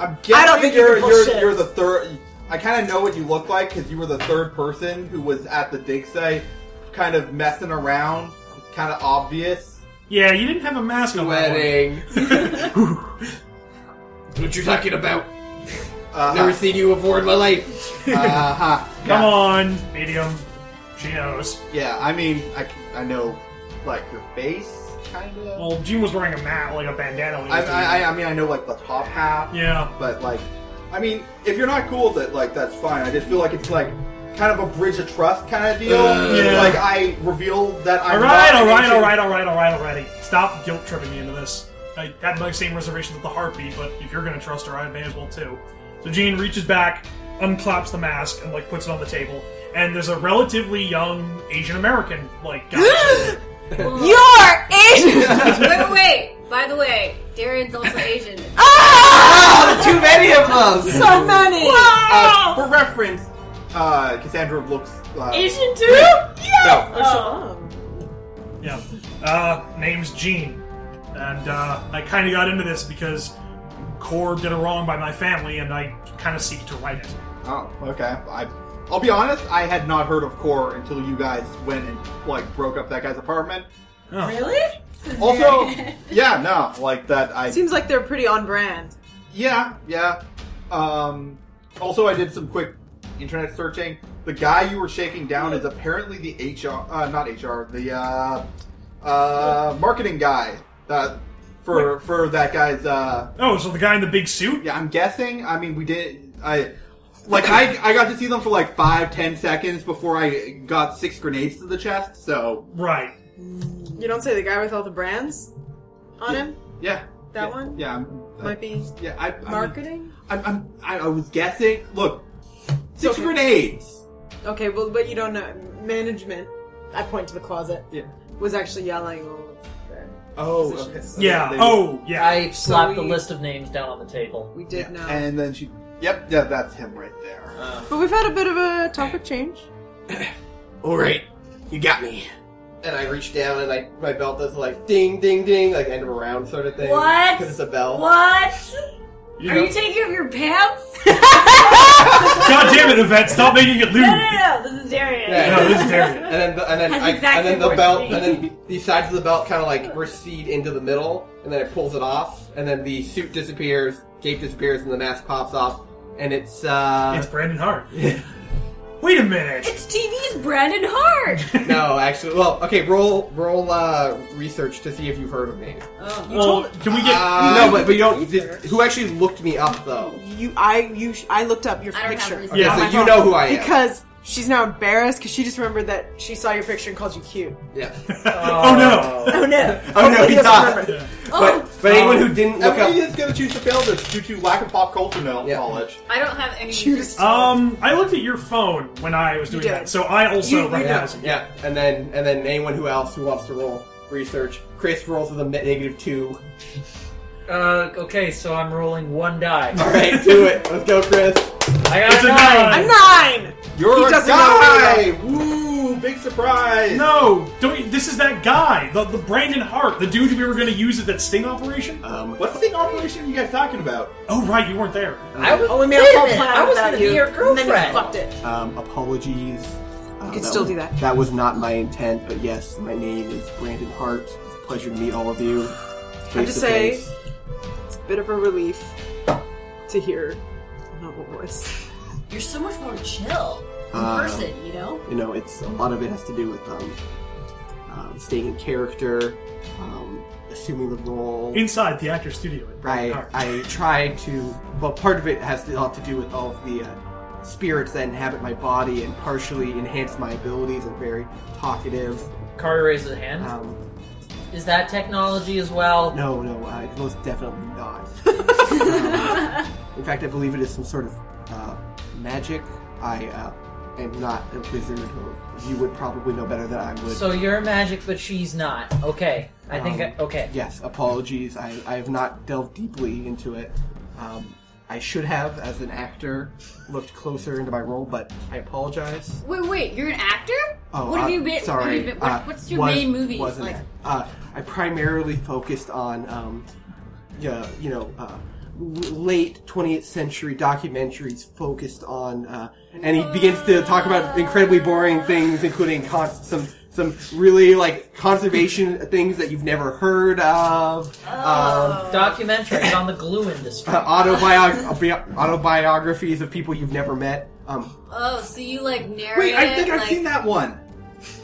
S2: I'm guessing
S5: think you
S2: you're
S5: can pull
S2: you're,
S5: shit.
S2: you're the third. I kind of know what you look like because you were the third person who was at the dig site, kind of messing around. It's kind of obvious.
S1: Yeah, you didn't have a mask
S3: Wedding.
S6: What you talking about?
S2: Uh,
S6: Never seen you before in my life.
S2: uh-huh.
S1: on. That one. Come on, medium. She knows.
S2: Yeah, I mean, I, c- I know, like your face, kind of.
S1: Well, Gene was wearing a mat, like a bandana. When he
S2: I,
S1: was doing
S2: I, I- I mean, I know like the top half,
S1: it. yeah.
S2: but like, I mean, if you're not cool with it, like that's fine. I just feel like it's like kind of a bridge of trust kind of deal.
S1: yeah.
S2: Like I reveal that I'm
S1: All right,
S2: not
S1: all
S2: an
S1: right, all
S2: ancient-
S1: right, all right, all right, already. Stop guilt tripping me into this. I had my same reservations with the harpy, but if you're gonna trust her, I may as well too. So Jean reaches back, unclaps the mask, and like puts it on the table. And there's a relatively young Asian American like guy.
S7: You're Asian! wait, wait, wait. By the way, Darian's also Asian.
S3: Ah, too many of us.
S5: So many.
S2: Uh, for reference, uh, Cassandra looks uh,
S7: Asian too? Yeah!
S2: No,
S5: Oh,
S1: yeah. Uh, name's Jean, and uh, I kind of got into this because Core did a wrong by my family, and I kind of seek to right it.
S2: oh, okay. I, I'll be honest. I had not heard of Core until you guys went and like broke up that guy's apartment.
S1: Oh.
S7: Really?
S2: Also, yeah, no, like that. I
S5: sure. Seems like they're pretty on brand.
S2: Yeah, yeah. Um, also, I did some quick internet searching. The guy you were shaking down is apparently the HR, uh, not HR, the uh, uh, marketing guy uh, for for that guy's. Uh,
S1: Oh, so the guy in the big suit?
S2: yeah, I'm guessing. I mean, we did. I like I I got to see them for like five ten seconds before I got six grenades to the chest. So
S1: Right.
S5: You don't say the guy with all the brands on him?
S2: yeah,
S5: That
S2: yeah,
S5: one?
S2: Yeah, I'm, uh,
S5: Might be
S2: yeah. I, I mean,
S5: marketing?
S2: I'm, I'm I, I was guessing. Look, six
S5: Okay.
S2: grenades.
S5: Okay, well, but you don't know. Management, I point to the closet,
S2: Yeah.
S5: was actually yelling all of their
S2: Oh,
S5: positions.
S1: Yeah.
S2: They-
S1: Oh, yeah.
S4: I slapped
S5: So
S4: the
S5: we-
S4: list of names down on the table.
S5: We did
S2: yeah.
S5: know.
S2: And then she. Yep. Yeah, that's him right there.
S5: but we've had a bit of a topic change.
S6: All right, you got me.
S3: And I reach down and I my belt does like ding ding ding, like end of a round sort of thing.
S7: What?
S3: Because it's a bell.
S7: What?
S1: You
S7: Are
S1: know-
S7: you taking off your pants?
S1: God damn it, Yvette, stop making it lewd.
S7: no, no, no. This is Darian.
S3: Yeah,
S1: No, this is Darian.
S3: And then the, and then
S7: That's
S3: I,
S7: exactly
S3: and then the
S7: what
S3: belt
S7: it
S3: and then the sides of the belt kind of like recede into the middle, and then it pulls it off, and then the suit disappears, cape disappears, and the mask pops off, and it's uh
S1: It's Brandon Hart. Wait a minute.
S7: It's TV's Brandon Hart.
S3: no actually well okay roll roll uh research to see if you've heard of me.
S1: Well, can we get.
S3: Uh, no, but but you don't. did- who actually looked me up though?
S5: You, I, you, sh- I looked up your
S7: I don't have
S5: picture.
S7: research.
S1: Yeah,
S5: on
S1: so
S5: my
S3: you
S5: phone.
S3: know who I am.
S5: Because she's now embarrassed because she just remembered that she saw your picture and called you cute.
S3: Yeah.
S4: Uh,
S1: oh, no.
S5: Oh no!
S3: Oh no,
S5: Hopefully he
S3: he's
S5: doesn't
S3: not.
S5: remember.
S7: Oh,
S3: But anyone who didn't look
S2: Everybody
S3: up,
S2: is going to choose to fail this due to lack of pop culture know-
S3: Yeah.
S2: knowledge.
S7: I don't have any.
S5: Cutest.
S1: Um, I looked at your phone when I was doing
S5: did.
S1: that, so I
S5: You-
S1: also
S5: you
S1: recognize
S5: know.
S1: him.
S3: yeah, and then and then anyone who else who wants to roll research, Chris rolls with a ne- negative two.
S4: Uh, okay, so I'm rolling one die.
S3: All right, do it. Let's go, Chris.
S4: I got
S1: It's a
S4: a
S1: nine.
S4: nine.
S5: A nine.
S2: You're
S5: He
S2: a
S5: doesn't
S2: guy. Woo! Big surprise.
S1: No, don't. You, this is that guy, the, the Brandon Hart, the dude we were going to use at that sting operation.
S3: Um,
S2: What's the operation you guys talking about?
S1: oh right, you weren't there.
S4: I was,
S5: Only
S4: wait
S5: man
S4: a
S5: called
S4: minute,
S5: Planet
S4: I was
S5: without
S4: gonna
S5: you,
S4: be your
S5: and then you
S4: girlfriend.
S5: fucked it.
S3: um, apologies. Uh,
S5: could still
S3: was-
S5: do that.
S3: That was not my intent, but yes, my name is Brandon Hart. It's a pleasure to meet all of you. Face
S5: just
S3: to
S5: saying.
S3: face.
S5: Bit of a relief to hear a normal voice.
S7: You're so much more chill in
S3: Uh,
S7: person, you know?
S3: you know, it's a lot of it has to do with um, um, staying in character, um, assuming the role.
S1: Inside the actor studio at Brandon
S3: I
S1: Hart.
S3: I tried to, but part of it has a lot to do with all of the uh, spirits that inhabit my body and partially enhance my abilities. I'm very talkative.
S4: Carter raises a hand.
S3: Um,
S4: Is that technology as well?
S3: no, no, I, most definitely not. Um, in fact, I believe it is some sort of uh, magic. I uh, am not a wizard, or you would probably know better than I would.
S4: So you're magic, but she's not. Okay, I think. I,
S3: Um,
S4: okay,
S3: Yes, apologies. I, I have not delved deeply into it. Um, I should have, as an actor, looked closer into my role, but I apologize.
S7: Wait, wait, you're an actor?
S3: Oh,
S7: what have
S3: uh,
S7: you been?
S3: Sorry.
S7: What have you been- what-
S3: uh,
S7: what's your
S3: was-
S7: main movie?
S3: was an
S7: Like,
S3: act- uh, I primarily focused on, um, yeah, you know, uh, l- late 20th century documentaries focused on, uh, and he begins to talk about incredibly boring things, including con- some some really like conservation things that you've never heard of.
S7: Oh.
S3: Um,
S4: documentaries on the glue industry.
S3: uh, autobiog- autobiographies of people you've never met. Um,
S7: oh, so you like narrate?
S2: Wait, I think
S7: like,
S2: I've seen that one.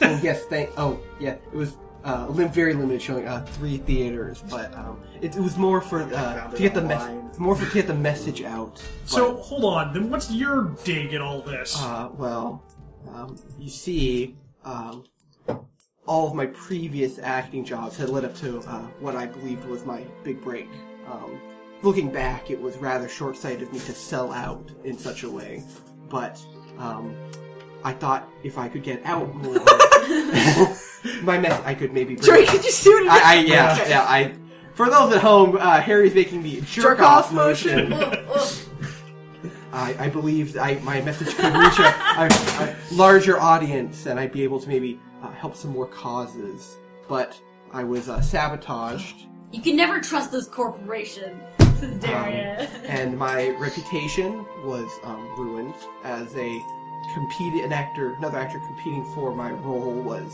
S3: oh, yes, thank. Oh, yeah, it was uh, lim- very limited showing, uh, three theaters, but um, it, it was more for uh,
S2: found
S3: to
S2: it
S3: get the
S2: online.
S3: message. More for to get the message out. but,
S1: So hold on. Then what's your dig at all this?
S3: uh, well, um, you see, um, all of my previous acting jobs had led up to uh, what I believed was my big break. Um, looking back, it was rather short sighted of me to sell out in such a way, but um, I thought if I could get out more, my mess, I could maybe bring
S5: Sorry, could you see what it is?
S3: I, I yeah,
S5: Okay.
S3: yeah, I. For those at home, uh, Harry's making the jerk,
S5: off
S3: off motion.
S7: Oh, oh.
S3: I, I believed I, my message could reach a, a, a larger audience and I'd be able to maybe uh, help some more causes. But I was uh, sabotaged,
S7: You can never trust those corporations. This is Darian.
S3: and my reputation was um, ruined as a compete an actor, another actor competing for my role was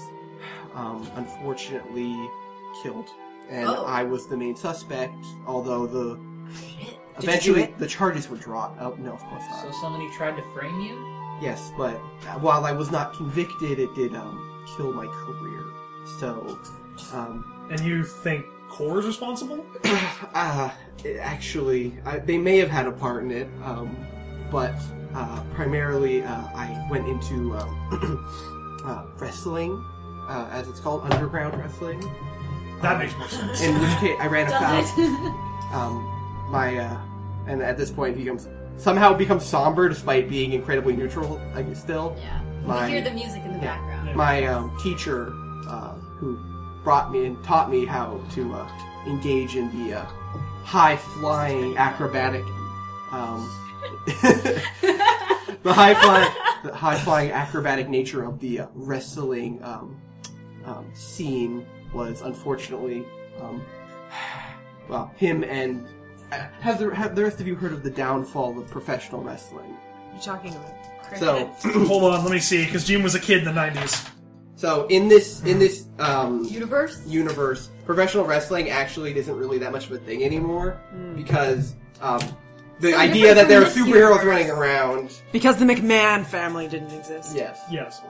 S3: um, unfortunately killed, and
S7: Oh.
S3: I was the main suspect. Although the eventually the charges were dropped. Oh no, of course not.
S4: so somebody tried to frame you.
S3: Yes, but while I was not convicted, it did um, kill my career. So Um,
S1: And you think Core is responsible?
S3: uh, it actually, I, they may have had a part in it, um, but uh, primarily uh, I went into um, uh, wrestling, uh, as it's called, underground wrestling.
S1: That makes more sense.
S3: In which case, I ran a
S7: Does
S3: foul.
S7: it?
S3: Um, my uh, and at this point, he becomes somehow becomes somber despite being incredibly neutral. Like still,
S7: yeah.
S3: My-
S7: You hear the music in the
S3: Yeah.
S7: background.
S3: my um, teacher uh, who brought me and taught me how to uh, engage in the uh, high flying acrobatic um, the high flying the high flying acrobatic nature of the uh, wrestling um, um, scene was unfortunately um, well him and uh, have the, have the rest of you heard of the downfall of professional wrestling
S5: You're talking about
S3: so
S5: crickets.
S1: Hold on, let me see, because Jim was a kid in the 90s.
S3: so in this in this um,
S7: Universe?
S3: universe, professional wrestling actually isn't really that much of a thing anymore because um, the
S7: Hmm. So
S3: idea
S7: different
S3: that there are
S7: from this
S3: superheroes
S7: universe.
S3: running around.
S5: because the McMahon family didn't exist.
S3: Yes.
S1: Yes.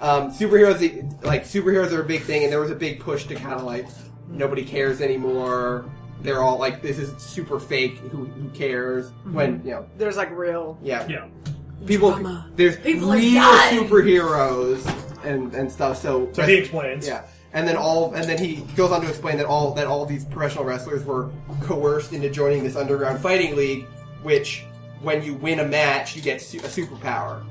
S3: Um, superheroes, like superheroes, are a big thing, and there was a big push to kind of like
S7: Hmm.
S3: nobody cares anymore. They're all like, this is super fake. Who, who cares?
S7: Hmm.
S3: When you know,
S5: There's like real.
S3: yeah,
S1: Yeah.
S3: people.
S5: Drama.
S3: There's
S7: People are
S3: real
S7: dying.
S3: superheroes and and stuff. So
S1: So he explains.
S3: Yeah, and then all, and then he goes on to explain that all that all these professional wrestlers were coerced into joining this underground fighting league, which when you win a match, you get su- a superpower.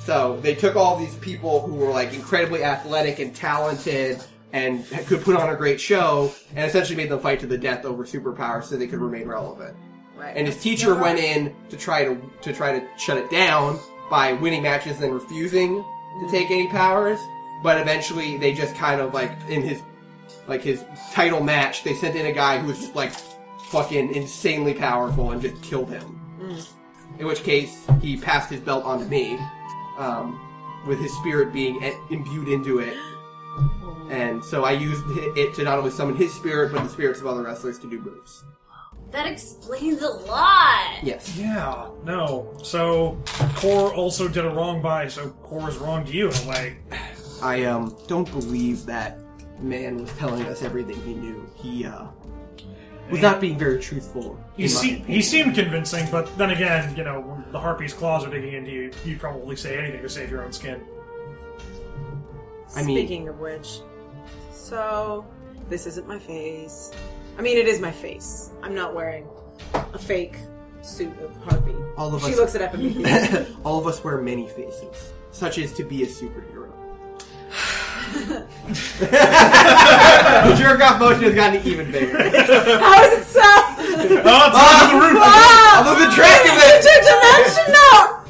S3: So they took all these people who were like incredibly athletic and talented and could put on a great show, and essentially made them fight to the death over superpowers so they could remain relevant.
S7: Right.
S3: And his teacher went in to try to to try to shut it down by winning matches and refusing to take any powers. But eventually, they just kind of like in his like his title match, they sent in a guy who was just like fucking insanely powerful and just killed him. In which case, he passed his belt on to me, um, with his spirit being e- imbued into it. And so I used it to not only summon his spirit, but the spirits of other wrestlers to do moves.
S7: That explains a lot.
S3: Yes.
S1: Yeah, no. So Core also did a wrong by, so Core is wrong to you in a way.
S3: I um don't believe that man was telling us everything he knew. He uh was not being very truthful.
S1: He,
S3: in my
S1: se-
S3: opinion.
S1: he seemed convincing, but then again, you know, when the harpy's claws are digging into you, you'd probably say anything to save your own skin.
S3: I mean-
S5: Speaking of which, so this isn't my face. I mean, it is my face. I'm not wearing a fake suit of harpy.
S3: All of
S5: she
S3: us-
S5: looks it up at me.
S3: all of us wear many faces, such as to be a superhero. the jerk off motion has gotten even bigger.
S5: How is it so?
S1: Ah, it's under the roof!
S3: I'm losing track of it.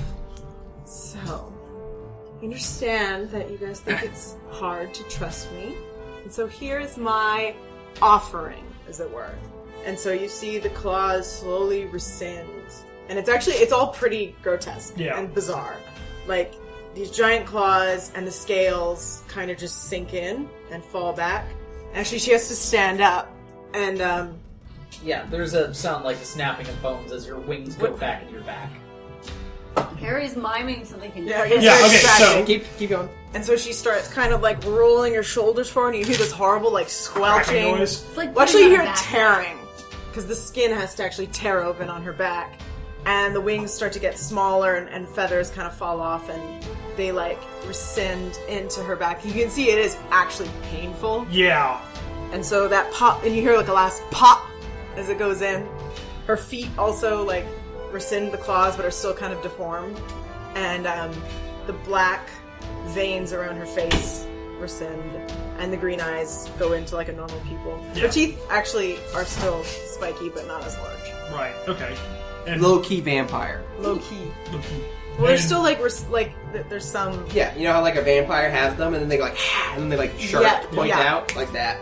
S5: Interdimensional. So, I understand that you guys think it's hard to trust me, and so here is my offering, as it were. And so you see the claws slowly rescind, and it's actually it's all pretty grotesque
S1: Yeah.
S5: and bizarre, like. These giant claws and the scales kind of just sink in and fall back. Actually, she has to stand up, and um,
S4: Yeah, there's a sound like the snapping of bones as your wings go back into your back.
S7: Harry's miming something.
S5: Yeah,
S7: incredible.
S1: Yeah, okay,
S5: distracting.
S1: so
S3: Keep keep going.
S5: And so she starts kind of like rolling her shoulders forward, and you hear this horrible like
S1: cracking
S5: squelching.
S1: noise.
S7: It's like
S5: Well, actually, you
S7: putting
S5: hear
S7: on
S5: it
S7: a backpack.
S5: tearing because the skin has to actually tear open on her back, and the wings start to get smaller, and, and feathers kind of fall off, and they like rescind into her back. You can see it is actually painful,
S1: Yeah.
S5: and so that pop, and you hear like a last pop as it goes in. Her feet also like rescind the claws, but are still kind of deformed, and um, the black veins around her face rescind, and the green eyes go into like a normal pupil.
S1: Yeah.
S5: Her teeth actually are still spiky, but not as large.
S1: Right, okay. And
S3: Low key vampire.
S5: Low key. Well,
S1: and-
S5: there's still like res- like th- there's some.
S3: Yeah, you know how like a vampire has them, and then they go like, and then they like sharp
S5: Yeah,
S3: point
S5: yeah.
S3: out like that.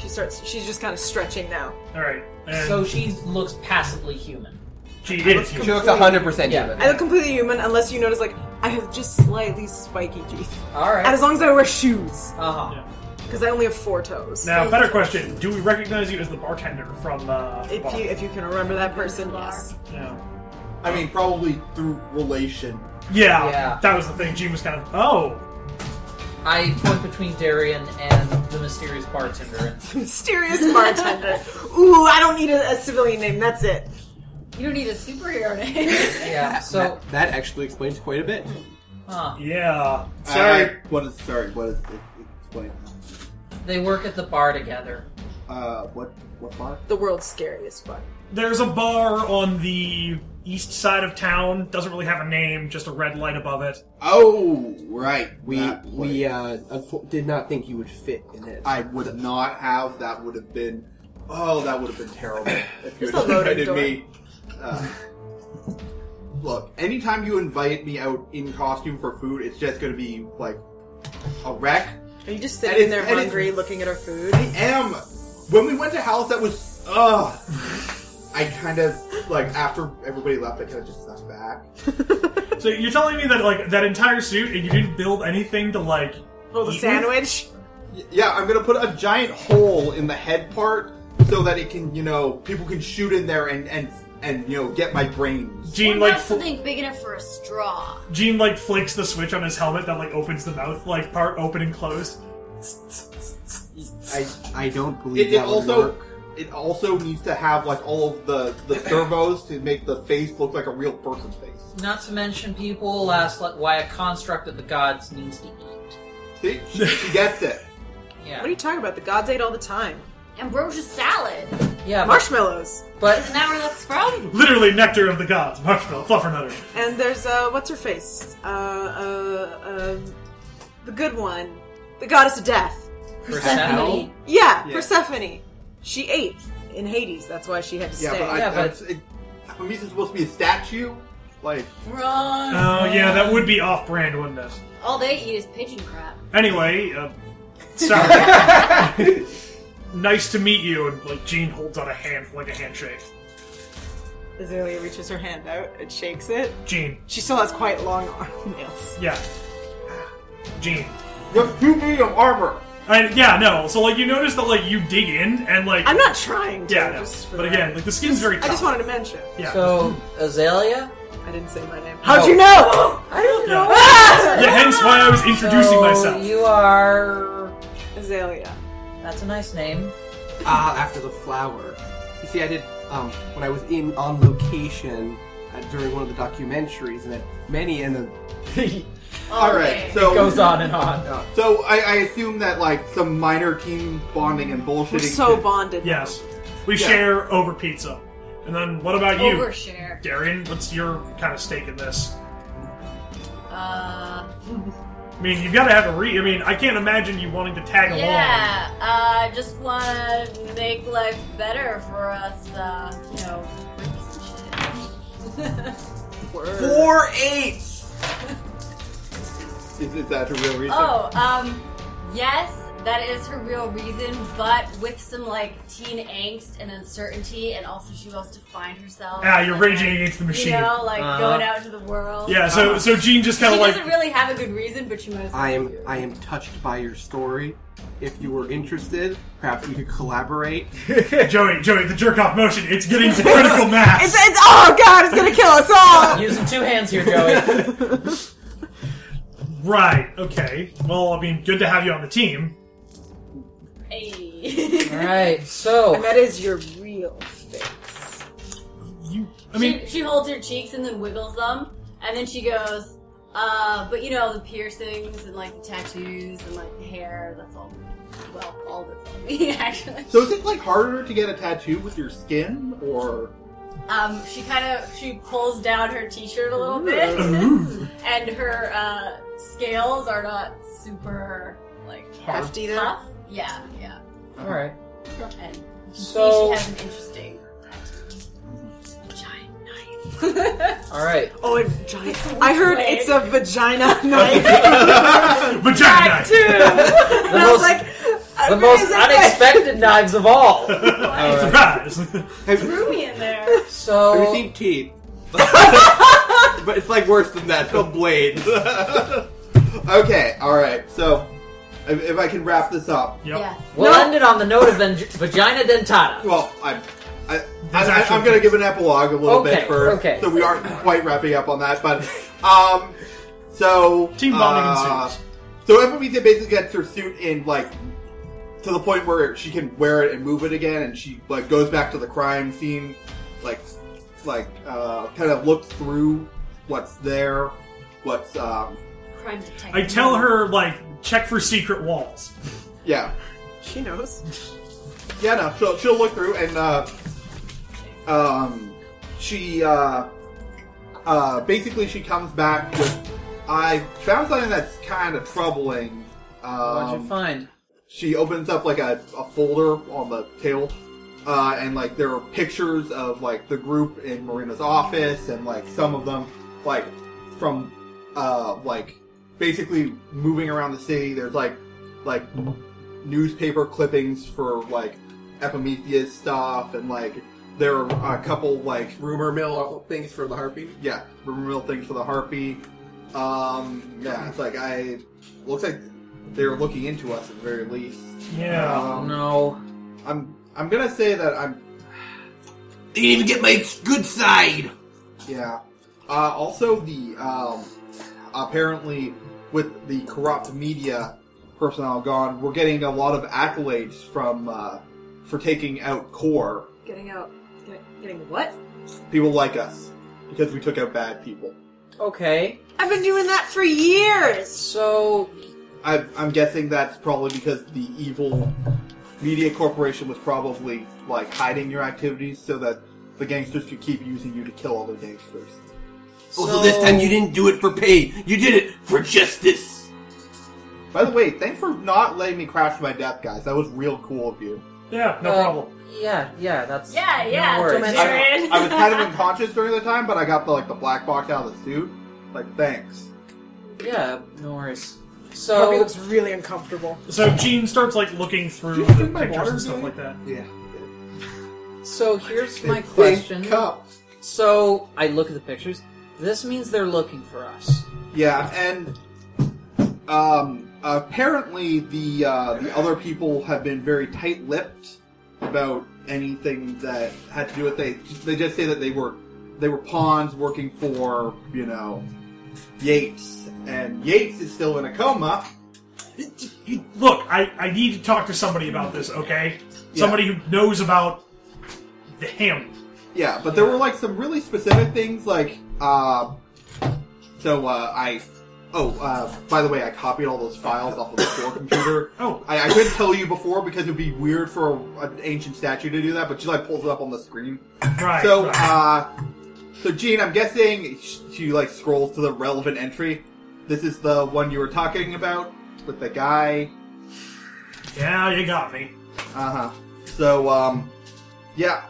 S5: She starts. She's just kind of stretching now.
S1: All right. And
S4: So she looks passively human.
S1: she is.
S3: She looks hundred percent
S4: Yeah.
S3: human.
S5: I look completely human unless you notice like I have just slightly spiky teeth,
S4: All right.
S5: and as long as I wear shoes.
S4: Uh huh.
S5: Because I only have four toes.
S1: Now, better question: Do we recognize you as the bartender from? Uh, the
S5: if
S1: bar?
S5: you if you can remember that person,
S7: Bar.
S5: yes.
S1: Yeah.
S2: I mean, probably through relation.
S1: Yeah,
S4: Yeah.
S1: that was the thing. Gene was kind of, oh,
S4: I point between Darian and the mysterious bartender.
S5: Mysterious bartender. Ooh, I don't need a, a civilian name. That's it.
S7: You don't need a superhero name.
S4: Yeah. So,
S3: that, that actually explains quite a bit.
S4: huh,
S1: Yeah.
S2: Sorry. what is sorry? What is it, explain?
S4: they work at the bar together.
S2: Uh, what what bar?
S5: The world's scariest bar.
S1: There's a bar on the east side of town. Doesn't really have a name, just a red light above it.
S2: Oh, right.
S3: We
S2: that
S3: we
S2: place.
S3: uh, unfo- did not think you would fit in it.
S2: I would not have. That would have been. Oh, that would have been terrible if you
S5: Just
S2: had
S5: a loaded
S2: invited me. Uh, look, anytime you invite me out in costume for food, it's just going to be like a wreck.
S5: Are you just
S2: And
S5: sitting
S2: it's-
S5: there
S2: and it's-
S5: hungry, looking at our food?
S2: I am. When we went to House, that was. Ugh. I kind of like after everybody left, I kind of just snuck back.
S1: So you're telling me that like that entire suit, and you didn't build anything to like
S5: Hold a
S1: eat with?
S5: sandwich.
S2: Y- Yeah, I'm gonna put a giant hole in the head part so that it can, you know, people can shoot in there and and and you know get my brains.
S1: Gene
S7: What
S1: like
S7: about
S1: fl-
S7: something big enough for a straw.
S1: Gene like flicks the switch on his helmet that like opens the mouth like part open and closed.
S3: I, I don't believe
S2: It, it
S3: that would
S2: also
S3: work.
S2: it also needs to have like all of the the servos to make the face look like a real person's face.
S4: Not to mention, people will ask like, why a construct of the gods needs to eat.
S2: See, she, she gets it.
S4: Yeah.
S5: What are you talking about? The gods ate all the time.
S7: Ambrosia salad.
S4: yeah. But,
S5: Marshmallows.
S4: but
S7: Isn't that where that's from?
S1: Literally nectar of the gods, marshmallow, fluffernutter.
S5: And there's uh, what's her face? Uh, uh, um, the good one, the goddess of death.
S4: Persephone.
S5: Yeah,
S2: Yeah.
S5: Persephone. She ate in Hades. That's why she had to
S2: Yeah,
S5: stay.
S2: but I,
S4: Yeah, but-
S2: that's- it, Hamisa's supposed to be a statue. Like,
S7: Wrong.
S1: Oh yeah, that would be off-brand, wouldn't it?
S7: All they eat is pigeon crap.
S1: Anyway, uh, sorry. nice to meet you. And like Gene holds out a hand for like a handshake.
S5: Azalea reaches her hand out and shakes it.
S1: Gene,
S5: She still has quite long arm nails.
S1: yeah, Gene.
S2: just two feet of armor.
S1: I, yeah, no. So like you notice that like you dig in and like
S5: I'm not trying to.
S1: yeah, no.
S5: just for
S1: but
S5: the
S1: again
S5: record.
S1: like the skin's very.
S5: I just
S1: tough.
S5: wanted to mention.
S1: Yeah.
S4: So Azalea. Oh.
S5: I didn't say my name.
S4: How'd you
S5: know? I didn't
S1: Yeah.
S5: know.
S1: yeah, hence why I was introducing
S4: so
S1: myself.
S4: You are.
S5: Azalea.
S4: That's a nice name.
S3: Ah, after the flower. You see, I did um, when I was in on location uh, during one of the documentaries, and that many and the
S2: All right, so
S4: Goes on and on.
S2: so I, I assume that like some minor team bonding and bullshitting.
S5: We're so bonded. now.
S1: Yes. We
S2: Yeah.
S1: share over pizza. And then what about you,
S7: Overshare.
S1: Darian? What's your kind of stake in this?
S7: Uh,
S1: I mean, you've got to have a re. I mean, I can't imagine you wanting to tag along.
S7: yeah. uh, I just want to make life better for us. Uh, you know. rich
S5: Word.
S2: Four eights. Is, is that a real reason?
S7: oh, um, yes, that is her real reason, but with some like teen angst and uncertainty, and also she wants to find herself.
S1: Ah, you're
S7: and,
S1: raging against the machine.
S7: You know, like
S4: Uh-huh.
S7: going out into the world. Um,
S1: Yeah, so so Gene just
S7: Uh-huh. She
S1: kind of like.
S7: doesn't really have a good reason, but she might. as well
S3: I am
S7: do.
S3: I am touched by your story. If you were interested, perhaps we could collaborate.
S1: Joey, Joey, the jerk off motion, it's getting to critical mass.
S5: It's, it's oh god, it's gonna kill us all.
S4: Using two hands here, Joey.
S1: Right, okay. Well, I mean, good to have you on the team.
S7: Hey.
S4: All right. So
S5: And that is your real face.
S1: You, I mean,
S7: she, she holds her cheeks and then wiggles them, and then she goes, uh, but you know, the piercings and like the tattoos and like the hair, that's all, well, all that's on me, actually.
S2: So is it like harder to get a tattoo with your skin, or
S7: Um, she kind of, she pulls down her t-shirt a little bit, and her, uh, scales are not super, like,
S5: Hefty there.
S7: tough. Yeah, yeah.
S4: all right.
S7: And you
S4: So-
S7: see she has an interesting tattoo. Giant knife.
S4: All right.
S5: Oh, and giant. I heard
S7: Wait.
S5: it's a vagina knife.
S1: vagina knife.
S4: The
S5: And I was
S4: most,
S5: like, I
S4: the
S5: really
S4: most
S5: was like-
S4: unexpected knives of all.
S1: Surprise!
S7: Threw me in there.
S3: Have
S4: So
S3: you seen teeth?
S2: but it's like worse than that. The blade. okay, all right. So if, if I can wrap this up,
S1: Yep.
S7: Yes.
S4: we'll end it on the note of vang- vagina dentata.
S2: well, I'm. I,
S1: That's
S2: I,
S1: actually-
S2: I'm going to give an epilogue a little
S4: Okay,
S2: bit first,
S4: okay.
S2: so we aren't quite wrapping up on that. But, um, so
S1: Team bonding
S2: uh,
S1: ensues.
S2: So Epimetheus basically gets her suit in like to the point where she can wear it and move it again, and she like goes back to the crime scene, like like uh, kind of looks through what's there, what's um,
S7: Crime detective.
S1: I tell her like check for secret walls.
S2: yeah
S5: She knows.
S2: yeah no she'll she'll look through and uh, um she uh, uh, basically she comes back with I found something that's kind of troubling. Um,
S4: What'd you find?
S2: she opens up like a, a folder on the table uh, and like there are pictures of like the group in marina's office and like some of them like from uh, like basically moving around the city there's like like newspaper clippings for like epimetheus stuff and like there are a couple like
S3: Rumor mill things for the harpy.
S2: yeah, real things for the harpy. Um, yeah, it's like I looks like they're looking into us at the very least.
S1: Yeah.
S4: Oh
S2: Um,
S4: no.
S2: I'm I'm gonna say that I'm
S6: They didn't even get my good side.
S2: yeah. Uh, also the um, apparently with the corrupt media personnel gone, we're getting a lot of accolades from uh, for taking out core
S5: Getting out. Getting, getting what?
S2: people like us because we took out bad people.
S4: Okay.
S5: I've been doing that for years.
S4: So
S2: I, I'm guessing that's probably because the evil media corporation was probably like hiding your activities so that the gangsters could keep using you to kill other gangsters.
S6: Also, this time you didn't do it for pay. You did it for justice.
S2: By the way, thanks for not letting me crash to my death, guys. That was real cool of you.
S1: Yeah, no
S4: uh,
S1: problem.
S4: Yeah, yeah, that's
S7: Yeah, yeah,
S4: No
S7: it's a
S4: worries.
S7: man-
S2: I, I was kind of unconscious during the time, but I got the like the black box out of the suit. Like, thanks.
S4: yeah, no worries.
S8: Harvey
S4: So
S8: looks really uncomfortable.
S1: So Jean starts like looking
S2: Do
S1: through
S2: you
S1: the
S2: think my
S1: pictures and
S2: water's
S1: stuff
S2: in?
S1: like that.
S2: Yeah.
S4: so here's my
S2: Big
S4: question.
S2: Cup.
S4: So I look at the pictures. This means they're looking for us.
S2: Yeah, and um, apparently the uh, the other people have been very tight-lipped about anything that had to do with they. They just say that they were they were pawns working for you know Yates, and Yates is still in a coma.
S1: Look, I, I need to talk to somebody about this, okay? Somebody who knows about the him.
S2: Yeah, but there were like some really specific things, like uh, so uh, I. Oh, uh, by the way, I copied all those files off of the store computer.
S1: Oh,
S2: I, I couldn't tell you before because it would be weird for a, an ancient statue to do that, but she like pulls it up on the screen.
S1: right.
S2: So,
S1: right.
S2: uh, so Gene, I'm guessing sh- she like scrolls to the relevant entry. This is the one you were talking about with the guy.
S1: yeah, you got me.
S2: Uh huh. So, um, yeah,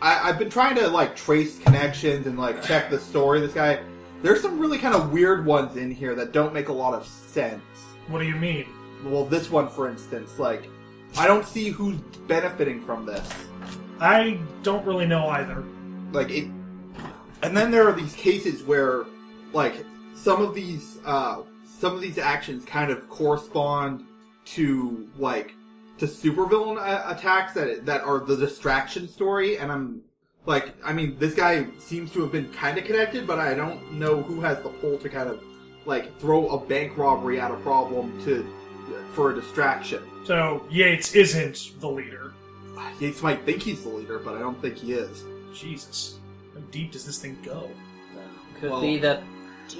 S2: I, I've been trying to like trace connections and like check the story. of This guy, there's some really kind of weird ones in here that don't make a lot of sense.
S1: What do you mean?
S2: Well, this one, for instance, like, I don't see who's benefiting from this.
S1: I don't really know either.
S2: Like, it. And then there are these cases where, like, some of these, uh, some of these actions kind of correspond to, like, to supervillain uh, attacks that, that are the distraction story, and I'm, like, I mean, this guy seems to have been kind of connected, but I don't know who has the pull to kind of, like, throw a bank robbery at a problem to, for a distraction.
S1: So, Yates isn't the leader.
S2: Yates might think he's the leader, but I don't think he is.
S1: Jesus. How deep does this thing go?
S4: Could
S2: Well-
S4: be that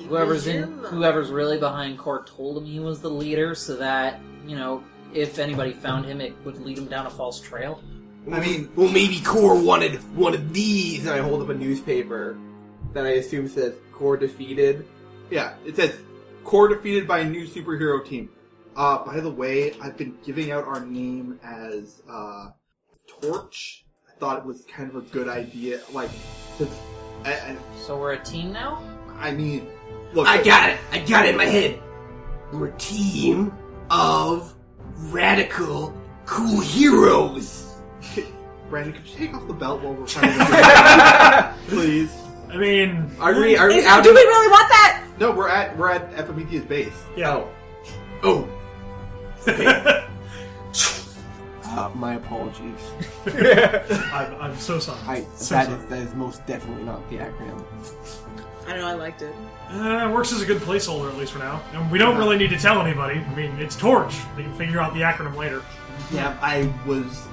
S4: whoever's in whoever's really behind court told him he was the leader so that, you know, if anybody found him it would lead him down a false trail.
S2: I mean,
S6: Well, maybe Core wanted one of these.
S3: And I hold up a newspaper that I assume says "Core defeated."
S2: yeah, it says core defeated by a new superhero team. Uh, by the way, I've been giving out our name as uh, Torch. I thought it was kind of a good idea. Like, to, I,
S4: So we're a team now?
S2: I, I mean, look,
S6: I got it. I got it in my head. We're a team of radical, cool heroes.
S2: Brandon, could you take off the belt while we're trying to please?
S1: I mean,
S3: Are we? Are we
S5: Is-
S3: out?
S5: do
S3: of-
S5: we really want that?
S2: No, we're at we're at Epimetheus base.
S1: yeah.
S6: Oh,
S3: Uh, my apologies.
S1: I'm, I'm so sorry.
S3: I
S1: so
S3: that
S1: sorry.
S3: is, that is most definitely not the acronym.
S5: I know I liked it.
S1: Uh, it works as a good placeholder, at least for now. And we don't really need to tell anybody. I mean, it's Torch. They can figure out the acronym later.
S2: Yeah, I was.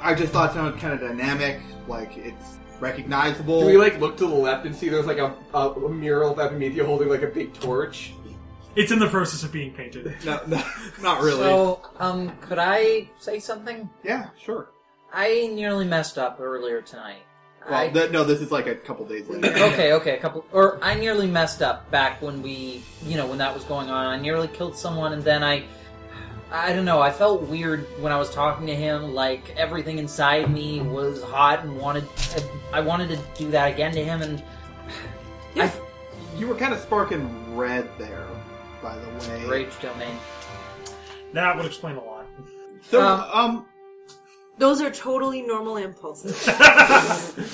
S2: I just thought it sounded kind of dynamic, like it's recognizable.
S6: Do we like look to the left and see there's like a, a, a mural of Epimetheus holding like a big torch?
S1: It's in the process of being painted.
S2: no, no, not really.
S4: So, um, could I say something?
S2: yeah, sure.
S4: I nearly messed up earlier tonight.
S2: Well,
S4: I,
S2: th- no, this is like a couple days later.
S4: okay, okay, a couple, or I nearly messed up back when we, you know, when that was going on. I nearly killed someone, and then I, I don't know. I felt weird when I was talking to him. Like everything inside me was hot and wanted. I wanted to do that again to him, and I
S2: you were kind of sparking red there, by the way.
S4: rage domain.
S1: That would explain a lot.
S2: So,
S4: Uh,
S2: um,
S5: Those are totally normal impulses.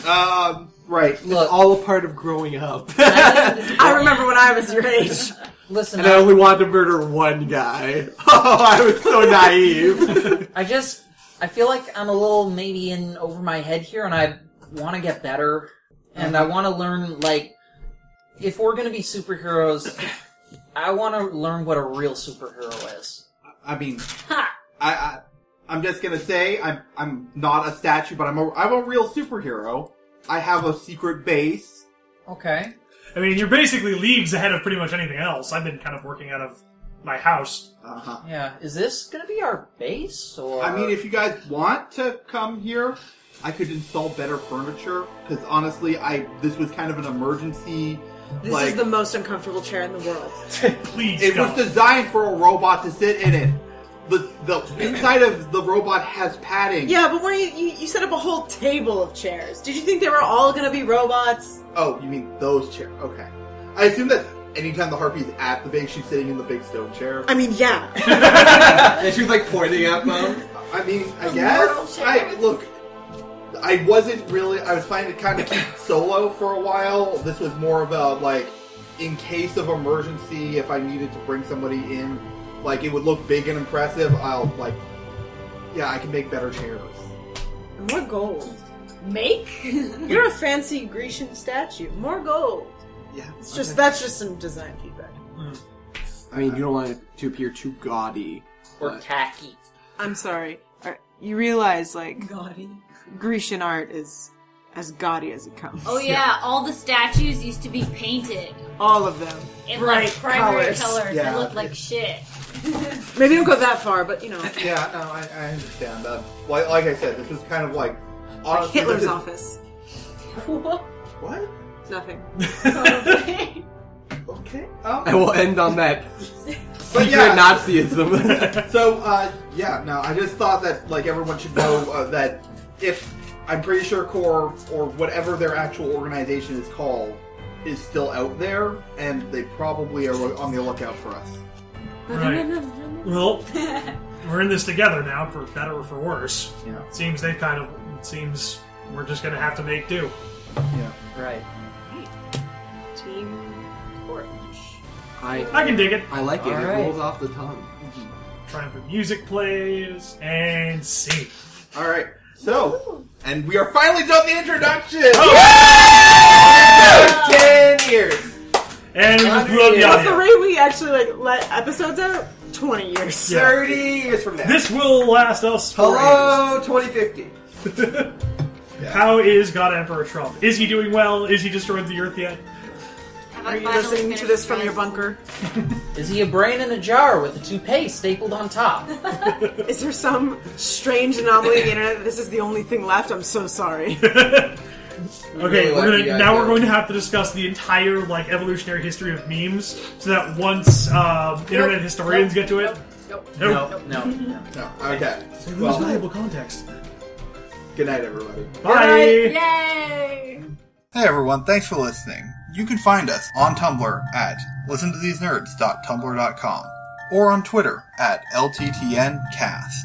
S2: um, right.
S4: Look,
S3: All a part of growing up.
S5: I remember when I was your age.
S4: listen.
S3: and I only wanted to murder one guy. Oh, I was so naive.
S4: I just I feel like I'm a little maybe in over my head here, and I want to get better, and I want to learn like if we're gonna be superheroes, I want to learn what a real superhero is.
S2: I mean, I, I, I'm just gonna say I'm, I'm not a statue, but I'm a, I'm a real superhero. I have a secret base.
S4: Okay.
S1: I mean, you're basically leagues ahead of pretty much anything else. I've been kind of working out of my house.
S2: Uh
S5: Uh-huh.
S2: huh.
S4: Yeah. Is this gonna be our base, or
S2: I mean, if you guys want to come here, I could install better furniture. Because honestly, I this was kind of an emergency.
S5: This
S2: like
S5: is the most uncomfortable chair in the world.
S1: Please
S2: it was
S1: don't.
S2: designed for a robot to sit in it. The the inside of the robot has padding.
S5: Yeah, but were you, you you set up a whole table of chairs? Did you think they were all gonna be robots?
S2: Oh, you mean those chairs? Okay. I assume that anytime the harpy's at the base, she's sitting in the big stone chair.
S5: I mean, yeah.
S6: and she was like pointing at them.
S2: I mean, I
S7: The mortal
S2: guess.
S7: shame.
S2: I look. I wasn't really. I was trying to kind of keep solo for a while. This was more of a like, in case of emergency, if I needed to bring somebody in, like it would look big and impressive. I'll like, yeah, I can make better chairs.
S5: More gold.
S7: Make?
S5: You're a fancy Grecian statue. More gold.
S2: Yeah,
S5: It's just that's just some design feedback.
S3: I mean, you don't want it to appear too gaudy.
S4: or tacky?
S5: I'm sorry. Are- You realize like
S4: Gaudy.
S5: Grecian art is as gaudy as it comes.
S7: Oh yeah, all the statues used to be painted
S5: All of them.
S7: in
S5: Bright
S7: like primary
S5: colors.
S7: colors.
S2: Yeah.
S7: They look like shit.
S5: Maybe don't go that far, but you know, like
S2: Yeah, no, I, I understand that. Like, like I said, this was kind of like honestly,
S5: Hitler's
S2: this is-
S5: office.
S2: Oh, What?
S5: Nothing.
S2: Okay. Um,
S3: I will end on that
S2: but
S3: secret Nazism.
S2: So, uh, yeah, no, I just thought that, like, everyone should know uh, that if I'm pretty sure Core or whatever their actual organization is called is still out there, and they probably are on the lookout for us.
S1: Right. Well, we're in this together now, for better or for worse.
S2: Yeah.
S1: It seems they kind of. It seems we're just gonna have to make do.
S2: Yeah.
S4: Right.
S5: Team Torch.
S1: I
S3: I,
S1: can dig it.
S3: I like it.
S4: All
S3: It
S4: right.
S3: rolls off the tongue.
S1: Trying for music plays and scene.
S2: All right. So, and we are finally done the introduction. Ten years.
S1: And we just blew up the
S5: That's the
S1: audience.
S5: rate we actually like let episodes out. Twenty years.
S1: Yeah.
S6: Thirty years from now.
S1: This will last us for
S6: Hello, 2050.
S1: How is God Emperor Trump? Is he doing well? Is he destroyed the Earth yet?
S7: Have I
S5: Are you
S7: finally
S5: listening to
S7: finished
S5: this from
S7: my-
S5: your bunker?
S4: Is he a brain in a jar with a toupee stapled on top?
S5: Is there some strange anomaly in the internet that this is the only thing left? I'm so sorry.
S1: Okay,
S6: really
S1: we're
S6: like
S1: gonna,
S6: you guys,
S1: now we're
S6: though.
S1: going to have to discuss the entire like evolutionary history of memes, so that once um, internet historians get to it,
S7: Nope.
S1: nope.
S4: no, no.
S2: No, okay.
S1: They lose
S2: Well,
S1: valuable context.
S2: good night, everybody.
S1: Bye.
S7: Yay!
S2: Hey everyone, thanks for listening. You can find us on Tumblr at listentothesenerds.tumblr.com or on Twitter at LTTNcast.